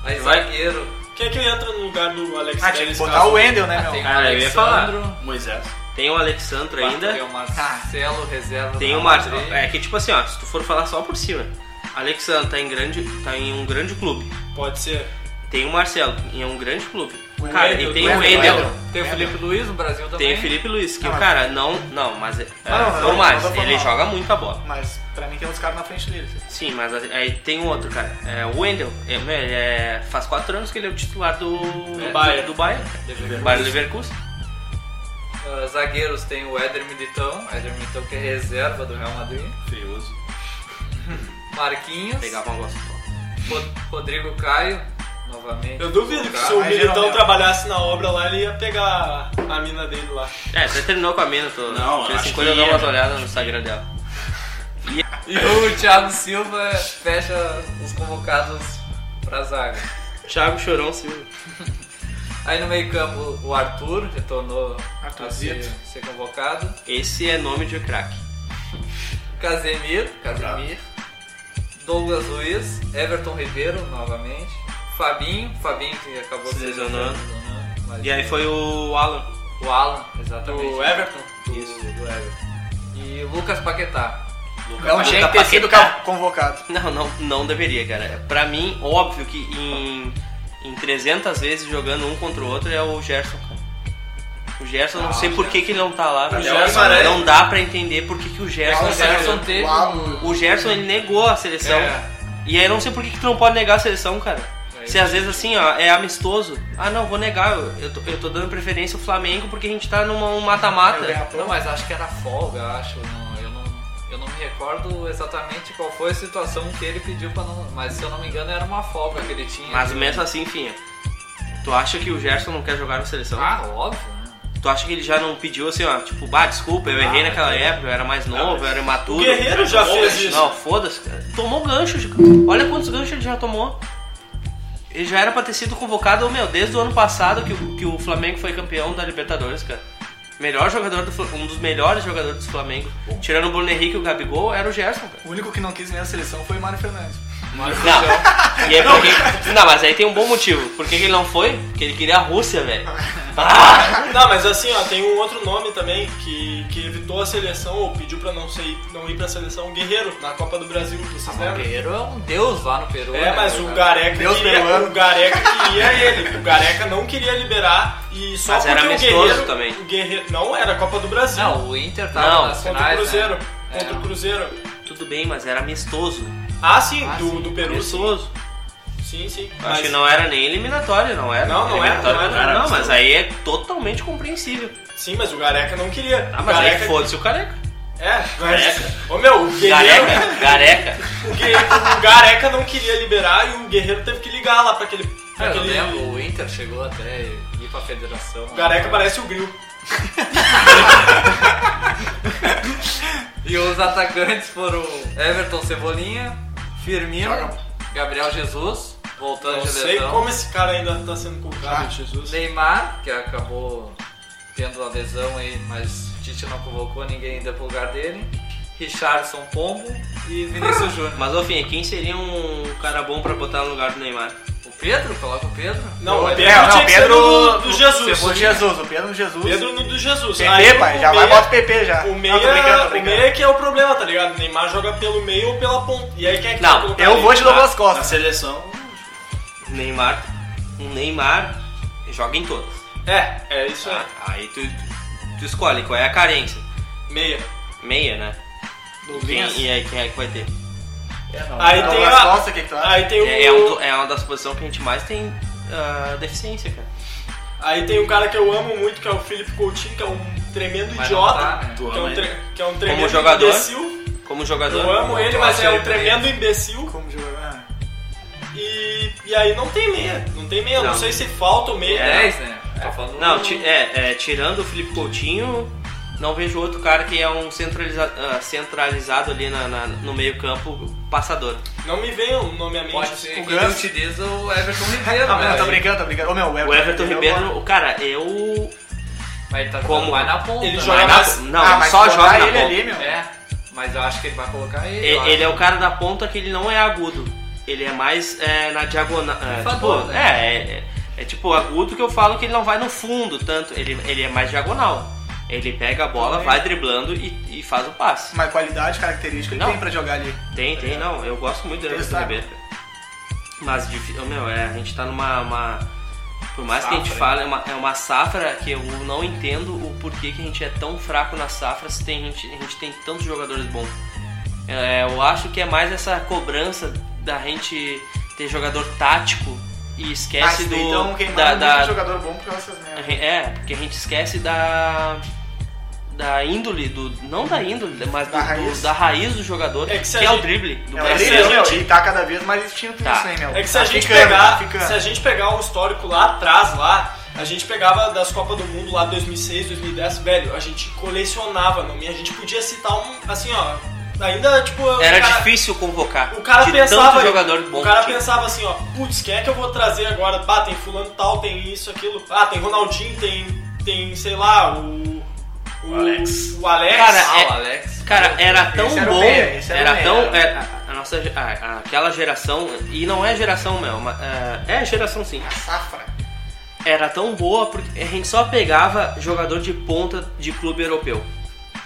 Speaker 2: Aí
Speaker 5: Vai- Então,
Speaker 2: zagueiro,
Speaker 6: Quem é que entra no lugar do Alex
Speaker 4: Ah, tinha que
Speaker 6: Telles?
Speaker 4: botar
Speaker 6: caso?
Speaker 4: o Wendel, né,
Speaker 2: tem
Speaker 4: meu?
Speaker 5: Cara, eu ia falar.
Speaker 2: Alexandro,
Speaker 3: Moisés.
Speaker 5: Tem o Alexandro ainda. Ah,
Speaker 2: tem o Marcelo, reserva
Speaker 5: Tem
Speaker 2: do
Speaker 5: uma.
Speaker 2: Real Madrid.
Speaker 5: É que tipo assim, ó, se tu for falar só por cima. Alexandre tá em grande. tá em um grande clube.
Speaker 6: Pode ser.
Speaker 5: Tem o Marcelo, e é um grande clube.
Speaker 6: O
Speaker 5: cara,
Speaker 6: Wendel,
Speaker 5: e tem o
Speaker 6: Wendel,
Speaker 5: Wendel.
Speaker 6: Wendel.
Speaker 2: Tem o Felipe Luiz no Brasil também.
Speaker 5: Tem o Felipe Luiz, que
Speaker 4: Ah,
Speaker 5: o
Speaker 4: mas-
Speaker 5: cara não. Não, mas. é,
Speaker 4: não,
Speaker 5: não,
Speaker 4: não, não,
Speaker 5: mas
Speaker 4: não tô falando
Speaker 5: ele
Speaker 4: mal.
Speaker 5: joga muita bola.
Speaker 4: Mas pra mim tem uns caras na frente dele.
Speaker 5: Sim, mas aí tem um outro, cara. É o Wendel. É, velho, é- faz quatro anos que ele é o titular do. do
Speaker 6: Bayern.
Speaker 5: Do É, Bayern.
Speaker 2: Leverkusen.
Speaker 5: Bayern Leverkusen.
Speaker 2: Ah, zagueiros tem o Éder Militão, Éder Militão que é reserva do Real Madrid.
Speaker 3: Feioso.
Speaker 2: Marquinhos,
Speaker 5: Pegava uma gosta.
Speaker 2: Rod- Rodrigo Caio, novamente.
Speaker 6: Eu duvido que se o
Speaker 4: mas
Speaker 6: Militão
Speaker 4: geralmente-
Speaker 6: trabalhasse na obra lá, ele ia pegar a mina dele lá.
Speaker 5: É, você terminou com a mina, tô.
Speaker 3: Não,
Speaker 5: de vez em
Speaker 3: acho que
Speaker 5: quando eu dou umas
Speaker 3: ia.
Speaker 5: olhadas no Instagram dela.
Speaker 2: E o Thiago Silva fecha os convocados pra zaga.
Speaker 5: Thiago Chorão Silva.
Speaker 2: Aí no meio campo o Arthur retornou a ser,
Speaker 4: Arthurzito.
Speaker 2: ser convocado.
Speaker 5: Esse é nome de craque.
Speaker 2: Casemiro, Casemiro. Douglas Luiz, Everton Ribeiro novamente. Fabinho, Fabinho que acabou
Speaker 5: Se lesionou.
Speaker 2: lesionando, mas-
Speaker 5: E aí foi o Alan.
Speaker 2: O Alan, exatamente.
Speaker 6: Do Everton.
Speaker 2: Do, do Everton. E Lucas Paquetá.
Speaker 4: Não tinha que ter sido
Speaker 5: Paquetá.
Speaker 4: convocado.
Speaker 5: Tá Não, não, não deveria, cara. Pra mim, óbvio que em, em 300 vezes jogando um contra o outro é o Gerson, cara. O Gerson, não sei por que, que ele não tá lá. velho.
Speaker 6: Gerson, né?
Speaker 5: não dá pra entender por que, que o É, Gerson.
Speaker 2: O Gerson teve
Speaker 4: Uau.
Speaker 2: um-
Speaker 5: O então. Gerson, ele negou a seleção.
Speaker 2: É.
Speaker 5: E aí eu não sei por que, que tu não pode negar a seleção, cara.
Speaker 2: É
Speaker 5: Se às vezes assim, ó, é amistoso. Ah, não, vou negar. Eu, eu, tô, eu tô dando preferência ao Flamengo porque a gente tá numa um mata-mata.
Speaker 2: Não, mas acho que era folga, acho. Não, eu, não, eu não me recordo exatamente qual foi a situação que ele pediu pra não. Mas se eu não me engano, era uma folga que ele tinha.
Speaker 5: Mas mesmo assim, enfim. Tu acha que o Gerson não quer jogar na seleção?
Speaker 2: Ah, óbvio, né?
Speaker 5: Tu acha que ele já não pediu assim, ó, tipo, bah, desculpa, eu errei naquela época, eu era mais novo, eu era
Speaker 6: O
Speaker 5: imaturo.
Speaker 6: Guerreiro já fez isso.
Speaker 5: Não, foda-se, cara. Tomou gancho, cara. olha quantos ganchos ele já tomou. Ele já era pra ter sido convocado, meu, desde o ano passado que, o- que o Flamengo foi campeão da Libertadores, cara. Melhor jogador do Fla- um dos melhores jogadores do Flamengo, tirando o Bruno Henrique e o Gabigol, era o Gerson, cara.
Speaker 4: O único que não quis ganhar a seleção foi o Mário Fernandes.
Speaker 5: Não. E é porque... não, mas aí tem um bom motivo. Por que que ele não foi? Porque ele queria a Rússia, velho. Ah!
Speaker 6: Não, mas assim, ó, tem um outro nome também que, que evitou a seleção ou pediu pra não, ser, não ir pra seleção, o Guerreiro, na Copa do Brasil, vocês
Speaker 2: O
Speaker 6: lembram?
Speaker 2: Guerreiro é um deus lá no Peru.
Speaker 6: É,
Speaker 2: né,
Speaker 6: mas
Speaker 2: cara?
Speaker 6: o Gareca,
Speaker 4: Deus
Speaker 6: queria,
Speaker 4: peruano.
Speaker 6: o Gareca queria ele. O Gareca não queria liberar e só
Speaker 5: Mas
Speaker 6: porque
Speaker 5: era
Speaker 6: o
Speaker 5: amistoso
Speaker 6: Guerreiro,
Speaker 5: também.
Speaker 6: o Guerreiro não era a Copa do Brasil.
Speaker 2: Não, o Inter tava
Speaker 5: Não,
Speaker 2: nas
Speaker 6: contra
Speaker 2: finais,
Speaker 6: o Cruzeiro,
Speaker 2: né?
Speaker 6: contra
Speaker 2: É.
Speaker 6: o Cruzeiro.
Speaker 5: Tudo bem, mas era amistoso.
Speaker 6: Ah, sim,
Speaker 2: Ah,
Speaker 6: do,
Speaker 2: sim,
Speaker 6: do Peru. Sim,
Speaker 5: Amistoso.
Speaker 6: sim. sim.
Speaker 5: Acho
Speaker 6: Mas-
Speaker 5: que não era nem eliminatório, não era.
Speaker 6: Não, não era,
Speaker 5: Eliminatório,
Speaker 6: não era.
Speaker 5: Não, mas aí é totalmente compreensível.
Speaker 6: Sim, mas o Gareca não queria.
Speaker 5: Ah,
Speaker 6: o
Speaker 5: mas
Speaker 6: Gareca...
Speaker 5: aí foda-se o careca.
Speaker 6: É, mas... Ô, meu, o Guerreiro...
Speaker 5: Gareca, gareca.
Speaker 6: O, Guerre- o Gareca não queria liberar e o Guerreiro teve que ligar lá pra aquele.
Speaker 5: É,
Speaker 6: Pra
Speaker 2: Cara, É, eu
Speaker 6: aquele...
Speaker 2: lembro, o Inter chegou até ir pra federação. né?
Speaker 6: O Gareca parece o Gril.
Speaker 2: E os atacantes foram Everton Cebolinha, Firmino, Gabriel Jesus,
Speaker 5: Tá
Speaker 2: voltando
Speaker 6: Não
Speaker 2: de
Speaker 6: sei
Speaker 2: lesão.
Speaker 6: como esse cara ainda tá sendo
Speaker 4: Ah,
Speaker 6: colocado, Jesus.
Speaker 2: Neymar, que acabou tendo a lesão aí, mas o Tite não convocou ninguém ainda pro lugar dele. Richardson Pombo e Vinícius Júnior.
Speaker 5: Mas, ô, Fim, quem seria um cara bom pra botar no lugar do Neymar?
Speaker 2: O Pedro, coloca o Pedro.
Speaker 6: Não, o Pedro
Speaker 4: É,
Speaker 6: tinha que ser no- do Jesus.
Speaker 4: O Jesus, o Pedro no Jesus.
Speaker 6: Pedro no do Jesus.
Speaker 4: PP, pai, já vai bota o PP já.
Speaker 6: O meia,
Speaker 4: Não, tô brincando, tô
Speaker 6: o
Speaker 4: brincando.
Speaker 6: meia que é o problema, tá ligado? O Neymar joga pelo meio ou pela ponta. E aí quem é que
Speaker 5: Não,
Speaker 6: vai colocar
Speaker 4: Eu
Speaker 6: ele? Ah,
Speaker 4: vou de Douglas
Speaker 3: Na
Speaker 4: Costa.
Speaker 3: seleção,
Speaker 5: Neymar. Um Neymar joga em todas.
Speaker 6: É, é isso aí.
Speaker 5: Ah, aí tu, tu escolhe qual é a carência.
Speaker 6: Meia.
Speaker 4: Então,
Speaker 5: Meia, né?
Speaker 4: Douglas.
Speaker 5: Quem- e aí quem é que vai ter?
Speaker 6: Aí tem
Speaker 4: então Douglas
Speaker 6: a.
Speaker 4: Costa, o que que tu acha?
Speaker 6: Aí tem o.
Speaker 5: É, é um do- é uma das posições que a gente mais tem ah, deficiência, cara.
Speaker 6: Aí tem um cara que eu amo muito, que é o Felipe Coutinho, que é um tremendo
Speaker 2: Mas não
Speaker 6: idiota.
Speaker 2: tá, né?
Speaker 3: tu
Speaker 6: que, é
Speaker 3: ama
Speaker 6: um tre-
Speaker 3: ele.
Speaker 6: que é um tremendo
Speaker 5: jogador?
Speaker 6: imbecil.
Speaker 5: Como jogador.
Speaker 6: Eu amo ele,
Speaker 2: Eu
Speaker 6: mas
Speaker 2: acho
Speaker 6: é
Speaker 2: ele
Speaker 6: um tremendo imbecil.
Speaker 4: Como jogar?
Speaker 6: E, e aí não tem meia. Não tem meia. Não,
Speaker 5: Não.
Speaker 6: sei se falta o meia.
Speaker 2: É 10, né? Tá falando
Speaker 5: Não,
Speaker 2: do-
Speaker 5: ti- é, é, tirando o Felipe Coutinho, Não vejo outro cara que é um centraliza ah, centralizado ali na- na- no meio-campo passador.
Speaker 6: Não me vem um nome à mente.
Speaker 2: Pode ser que
Speaker 4: Ganso.
Speaker 2: ele utilize é o Everton Ribeiro, né?
Speaker 4: Ah, mas
Speaker 2: velho.
Speaker 4: tá brincando, tá brincando. Ô meu,
Speaker 5: O Everton
Speaker 4: é
Speaker 5: Ribeiro, o cara, eu.
Speaker 2: Mas ele tá
Speaker 5: Como?
Speaker 2: jogando mais na ponta.
Speaker 6: Ele
Speaker 2: né?
Speaker 6: joga na-
Speaker 5: Vai na-
Speaker 6: mas-
Speaker 5: não,
Speaker 4: ah,
Speaker 5: ele
Speaker 4: mas
Speaker 5: só
Speaker 4: botar
Speaker 5: joga na
Speaker 4: ele
Speaker 5: ponta.
Speaker 4: ali, meu.
Speaker 2: É, mas eu acho que ele vai colocar ele. eu
Speaker 5: E-
Speaker 2: acho.
Speaker 5: Ele é o cara da ponta que ele não é agudo. Ele é mais é, na diagonal. é,
Speaker 2: Pifador,
Speaker 5: tipo,
Speaker 2: né?
Speaker 5: é, é, é tipo agudo que eu falo que ele não vai no fundo tanto. Ele, ele é mais diagonal. Ele pega a bola, vai driblando e, e faz o passe.
Speaker 4: Mas qualidade, característica, ele
Speaker 5: Não.
Speaker 4: tem pra jogar ali.
Speaker 5: Tem, tem, não. Eu gosto muito do Everton
Speaker 4: Testar.
Speaker 5: Ribeiro. cara. Mas, difi- ô, meu, é, a gente tá numa. uma- por mais que a gente
Speaker 2: Safra,
Speaker 5: fale, é uma, é uma safra que eu não entendo o porquê que a gente é tão fraco na safra se tem, a, gente, a gente tem tantos jogadores bons. É, eu acho que é mais essa cobrança da gente ter jogador tático e esquece
Speaker 4: ah,
Speaker 5: do.
Speaker 4: então
Speaker 5: da,
Speaker 4: queimaram
Speaker 5: da-
Speaker 4: muito jogador bom por causa dessas
Speaker 5: a
Speaker 4: merdas.
Speaker 5: gen- É, porque a gente esquece da. Da índole, do. Não da índole, mas do-
Speaker 4: Da
Speaker 5: do-
Speaker 4: raiz.
Speaker 5: da raiz do jogador,
Speaker 6: É que
Speaker 5: que,
Speaker 6: se a
Speaker 5: é o
Speaker 6: gente-
Speaker 5: drible do
Speaker 4: É, o
Speaker 5: brasileiro.
Speaker 4: Ribeiro, meu, ele tá cada vez mais extinto
Speaker 5: Tá.
Speaker 4: isso, hein, meu.
Speaker 6: É que se
Speaker 4: Tá
Speaker 6: a gente
Speaker 4: ficando,
Speaker 6: pegar,
Speaker 4: tá ficando.
Speaker 6: se a gente pegar o histórico lá atrás lá, a gente pegava das Copas do Mundo lá 2006, 2010, velho, a gente colecionava nome, a gente podia citar um assim, ó, ainda tipo
Speaker 5: Era
Speaker 6: o cara,
Speaker 5: difícil convocar.
Speaker 6: O cara
Speaker 5: de
Speaker 6: pensava,
Speaker 5: tanto jogador bom.
Speaker 6: o cara
Speaker 5: que tinha.
Speaker 6: pensava assim, ó, putz, quem é que eu vou trazer agora? Bah, tem fulano tal, tem isso, aquilo. Ah, tem Ronaldinho, tem tem, sei lá, o o Alex. O Alex.
Speaker 5: Cara,
Speaker 2: Ah,
Speaker 5: é-
Speaker 2: o Alex.
Speaker 5: Cara, era tão
Speaker 4: era o
Speaker 5: bom,
Speaker 4: meia, esse
Speaker 5: era,
Speaker 4: era o meia.
Speaker 5: tão é, a- a nossa ge- a- a- aquela geração e não é geração meu, mas, é, é geração sim.
Speaker 4: Safra.
Speaker 5: Era tão boa porque a gente só pegava jogador de ponta de clube europeu.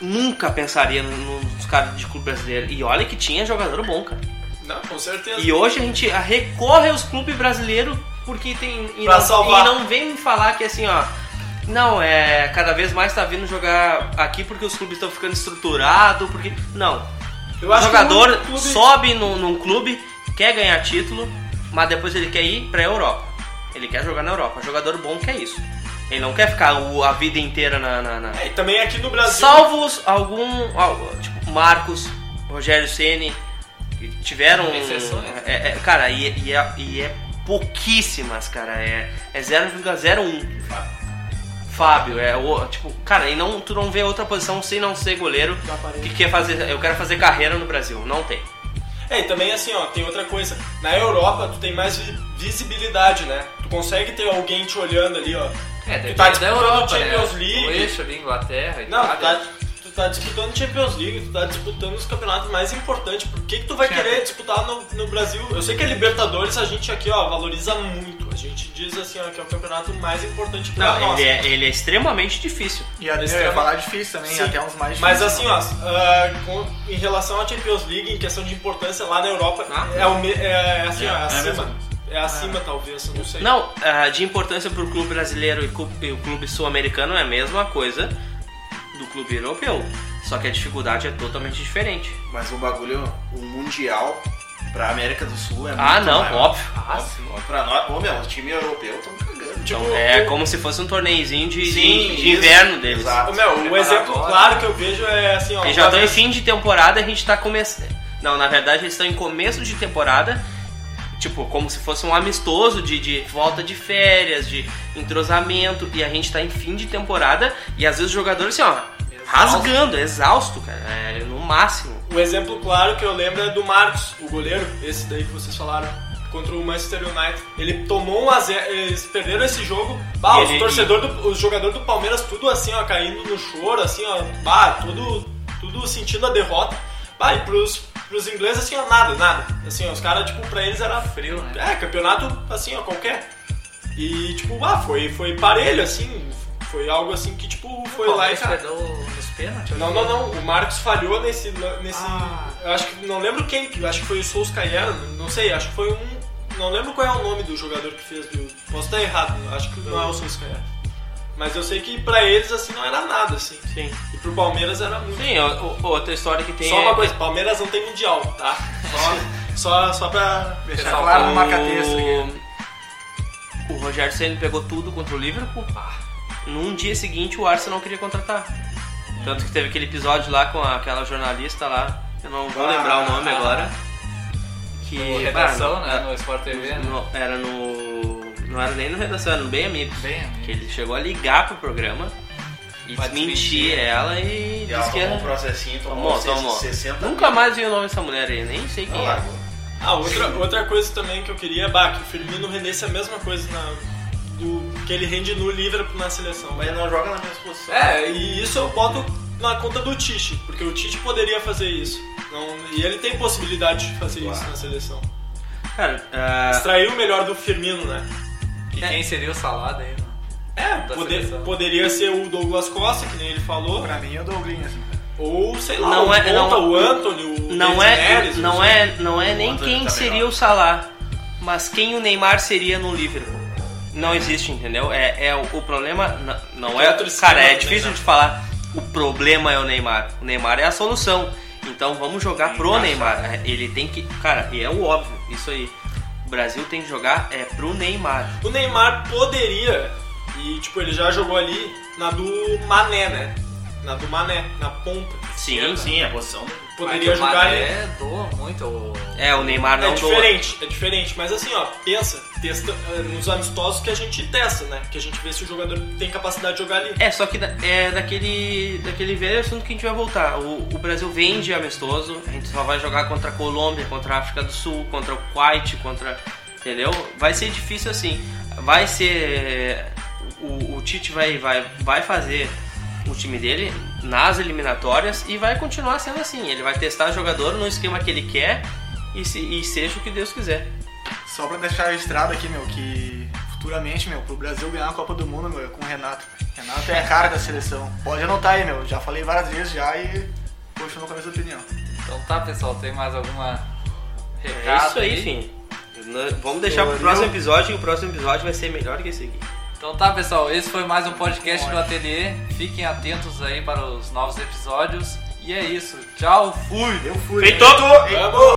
Speaker 5: Nunca pensaria no- nos caras de clube brasileiro. E olha que tinha jogador bom, cara.
Speaker 6: Não, com certeza.
Speaker 5: E hoje a gente recorre aos clubes brasileiros porque tem. E,
Speaker 6: Pra
Speaker 5: não,
Speaker 6: salvar.
Speaker 5: e não vem me falar que assim, ó. Não, é. Cada vez mais tá vindo jogar aqui porque os clubes estão ficando estruturados, porque. Não.
Speaker 6: eu
Speaker 5: O
Speaker 6: acho que
Speaker 5: jogador
Speaker 6: muito clube-
Speaker 5: sobe num, num clube, quer ganhar título, mas depois ele quer ir pra Europa. Ele quer jogar na Europa. Jogador bom quer isso. Ele não quer ficar o- a vida inteira na- na- na,
Speaker 6: É, e também aqui no Brasil.
Speaker 5: Salvos algum. al- Tipo, Marcos, Rogério Ceni que tiveram.
Speaker 2: Exceções.
Speaker 5: É, é, cara, e, e é, e é pouquíssimas, cara. É, é 0,01. Fábio, é o. Tipo, cara, e não, tu não vê outra posição sem não ser goleiro que quer fazer. Eu quero fazer carreira no Brasil. Não tem.
Speaker 6: É, e também assim, ó, tem outra coisa. Na Europa, tu tem mais vi- visibilidade, né? Tu consegue ter alguém te olhando ali, ó.
Speaker 2: É,
Speaker 6: Tu
Speaker 2: depende
Speaker 6: tá
Speaker 2: da
Speaker 6: disputando
Speaker 2: Europa,
Speaker 6: Champions
Speaker 2: né?
Speaker 6: League.
Speaker 2: O eixo ali, Inglaterra e
Speaker 6: Não, tu tá, tu tá disputando Champions League, tu tá disputando os campeonatos mais importantes. Por que, que tu vai querer disputar no, no Brasil? Eu sei que a Libertadores a gente aqui, ó, valoriza muito. A gente diz assim, ó, que é o campeonato mais importante pra
Speaker 5: Não,
Speaker 6: nós.
Speaker 5: ele é, ele é extremamente difícil.
Speaker 4: E até, eu ia
Speaker 6: Extremamente-
Speaker 4: falar difícil também,
Speaker 6: Sim.
Speaker 4: até uns mais
Speaker 6: Mas assim,
Speaker 4: difíceis,
Speaker 6: ó, ah, com- em relação à Champions League, em questão de importância lá na Europa,
Speaker 2: Ah.
Speaker 6: é, o me- é, assim, ó, é
Speaker 3: É, é
Speaker 6: acima.
Speaker 3: mesmo.
Speaker 6: É acima, talvez, eu não sei.
Speaker 5: Não, ah, de importância pro clube brasileiro e cu- e o clube sul-americano é a mesma coisa do clube europeu. Só que a dificuldade é totalmente diferente.
Speaker 3: Mas o bagulho, o Mundial pra América do Sul é
Speaker 5: Ah,
Speaker 3: muito
Speaker 5: não,
Speaker 3: maior.
Speaker 5: óbvio.
Speaker 3: Óbvio. Pra nós, ô meu, o time europeu tão cagando.
Speaker 6: Tipo,
Speaker 5: Então, é como se fosse um torneiozinho de,
Speaker 3: Sim,
Speaker 5: de- de
Speaker 3: isso,
Speaker 5: inverno deles.
Speaker 3: exato.
Speaker 6: Ô, meu, o
Speaker 2: Preparatório.
Speaker 6: exemplo claro que eu vejo é assim, ó.
Speaker 5: Eles já
Speaker 6: uma
Speaker 5: estão em
Speaker 6: vez-
Speaker 5: fim de temporada, a gente tá começando. Não, na verdade eles estão em começo de temporada. Tipo, como se fosse um amistoso de, de volta de férias, de entrosamento. E a gente tá em fim de temporada. E às vezes os jogadores, assim, ó, rasgando, exausto, cara. É, no máximo.
Speaker 6: O Um exemplo claro que eu lembro é do Marcos, o goleiro, esse daí que vocês falaram, contra o Manchester United. Ele tomou um a zero, eles perderam esse jogo. Bah,
Speaker 5: E
Speaker 6: os
Speaker 5: ele-
Speaker 6: torcedor do, os jogadores do Palmeiras tudo assim, ó, caindo no choro, assim, ó, bah, tudo, tudo sentindo a derrota. Bah, e pros, pros ingleses, assim, ó, nada, nada. Assim, ó, os caras, tipo, pra eles era
Speaker 2: Frio, né?
Speaker 6: é, campeonato assim, ó, qualquer. E, tipo, ah, foi, foi parelho, assim, foi algo assim que, tipo, foi lá e...
Speaker 2: perdeu nos pênaltis?
Speaker 6: Não, não, não. O Marcos falhou nesse. nesse
Speaker 2: Ah.
Speaker 6: Eu acho que. Não lembro quem. que- Acho que foi o Solskjaer. Não sei. Acho que foi um. Não lembro qual é o nome do jogador que fez. Do, posso estar errado. Acho que não é o Solskjaer. Mas eu sei que pra eles, assim, não era nada, assim.
Speaker 5: Sim.
Speaker 6: E pro Palmeiras era muito.
Speaker 5: Sim, o- o- outra história que tem
Speaker 6: Só
Speaker 5: é-
Speaker 6: uma coisa: Palmeiras não tem mundial, tá? Só, só, só pra.
Speaker 4: ó. Deixar
Speaker 2: Pessoal,
Speaker 4: claro
Speaker 5: o-
Speaker 4: no marca-texto aqui.
Speaker 5: O Rogério Ceni pegou tudo contra o Liverpool. Ah. Num dia seguinte o Arsenal queria contratar. Tanto que teve aquele episódio lá com aquela jornalista lá, eu não vou
Speaker 3: Ah.
Speaker 5: lembrar o nome agora. Que
Speaker 2: Redação,
Speaker 5: bah,
Speaker 2: né? No Sport TV, né?
Speaker 5: no- era no. Não era nem no redação, era no Bem Amigos.
Speaker 2: Bem,
Speaker 5: Que ele chegou a ligar pro programa E
Speaker 2: Pra
Speaker 5: desmentir
Speaker 2: desmentir.
Speaker 5: ela e
Speaker 3: E
Speaker 5: diz
Speaker 3: ela
Speaker 5: que
Speaker 3: tomou um
Speaker 5: ela...
Speaker 3: processinho, tomou,
Speaker 5: Tomou, tomou.
Speaker 3: 60
Speaker 5: Nunca
Speaker 3: mil.
Speaker 5: mais vi o nome dessa mulher aí, nem sei
Speaker 3: Olha
Speaker 5: quem
Speaker 3: lá.
Speaker 5: é.
Speaker 6: Ah, outra, outra coisa também que eu queria, bah, que o Firmino rendesse a mesma coisa na, do, que ele rende no Liverpool na seleção.
Speaker 3: Mas ele não joga na mesma posição.
Speaker 6: É, e isso eu boto na conta do Tite, porque o Tite poderia fazer isso. Não- e ele tem possibilidade de fazer isso
Speaker 3: Claro.
Speaker 6: na seleção.
Speaker 5: Cara, ah,
Speaker 6: Extrair o melhor do Firmino, né?
Speaker 2: E quem seria o salado aí, mano?
Speaker 6: É,
Speaker 2: Da
Speaker 6: poder-
Speaker 2: seleção.
Speaker 6: poderia ser o Douglas Costa, que nem ele falou,
Speaker 4: Pra mim é o Douglas.
Speaker 6: ou sei lá,
Speaker 5: Não
Speaker 6: o,
Speaker 5: é-
Speaker 6: Conta,
Speaker 5: não-
Speaker 6: o Anthony, o
Speaker 5: não
Speaker 6: David
Speaker 5: é,
Speaker 6: Neres,
Speaker 5: não
Speaker 6: o-
Speaker 5: é, não é nem
Speaker 3: Ontem
Speaker 5: quem
Speaker 3: tá
Speaker 5: seria
Speaker 3: melhor.
Speaker 5: o Salah, mas quem o Neymar seria no Liverpool. Não existe, entendeu? É, é o, o problema n- não,
Speaker 6: É
Speaker 5: é,
Speaker 6: outro esquema
Speaker 5: cara, é
Speaker 6: do
Speaker 5: difícil
Speaker 6: Neymar.
Speaker 5: de falar. O problema é o Neymar. O Neymar é a solução. Então vamos jogar pro Neymar. É, Ele tem que, cara, e é o óbvio, isso aí. O Brasil tem que jogar é pro Neymar.
Speaker 6: O Neymar poderia, e tipo, ele já jogou ali na do Mané, né? Na do Mané, na ponta.
Speaker 5: Sim,
Speaker 3: Sim, é a posição dele.
Speaker 6: Poderia
Speaker 2: Mas o
Speaker 6: jogar ali.
Speaker 2: Mané doa muito o...
Speaker 5: É, o Neymar não
Speaker 6: é
Speaker 5: doa.
Speaker 6: diferente, é diferente, mas assim, ó, pensa, testa eh, nos amistosos que a gente testa, né? Que a gente vê se o jogador tem capacidade de jogar ali.
Speaker 5: É, só que da- é daquele, daquele velho assunto que a gente vai voltar. O, o Brasil vende amistoso, a gente só vai jogar contra a Colômbia, contra a África do Sul, contra o Kuwait, contra. Entendeu? Vai ser difícil assim. Vai ser. O, o Tite vai, vai, vai fazer o time dele nas eliminatórias e vai continuar sendo assim. Ele vai testar jogador no esquema que ele quer e, se- e seja o que Deus quiser.
Speaker 4: Só pra deixar registrado aqui, meu, que futuramente, meu, pro Brasil ganhar a Copa do Mundo, meu, é com o Renato. Renato é a cara da seleção. Pode anotar aí, meu. Já falei várias vezes já e continuo com a mesma opinião.
Speaker 2: Então tá, pessoal, tem mais alguma
Speaker 5: É
Speaker 2: recado
Speaker 5: isso aí, enfim. Vamos deixar pro próximo episódio e o próximo episódio vai ser melhor que esse aqui.
Speaker 2: Então tá, pessoal, esse foi mais um podcast do Ateliê. Fiquem atentos aí para os novos episódios. E é isso. Tchau, fui!
Speaker 4: Eu fui.
Speaker 5: Feito!
Speaker 6: Vamos!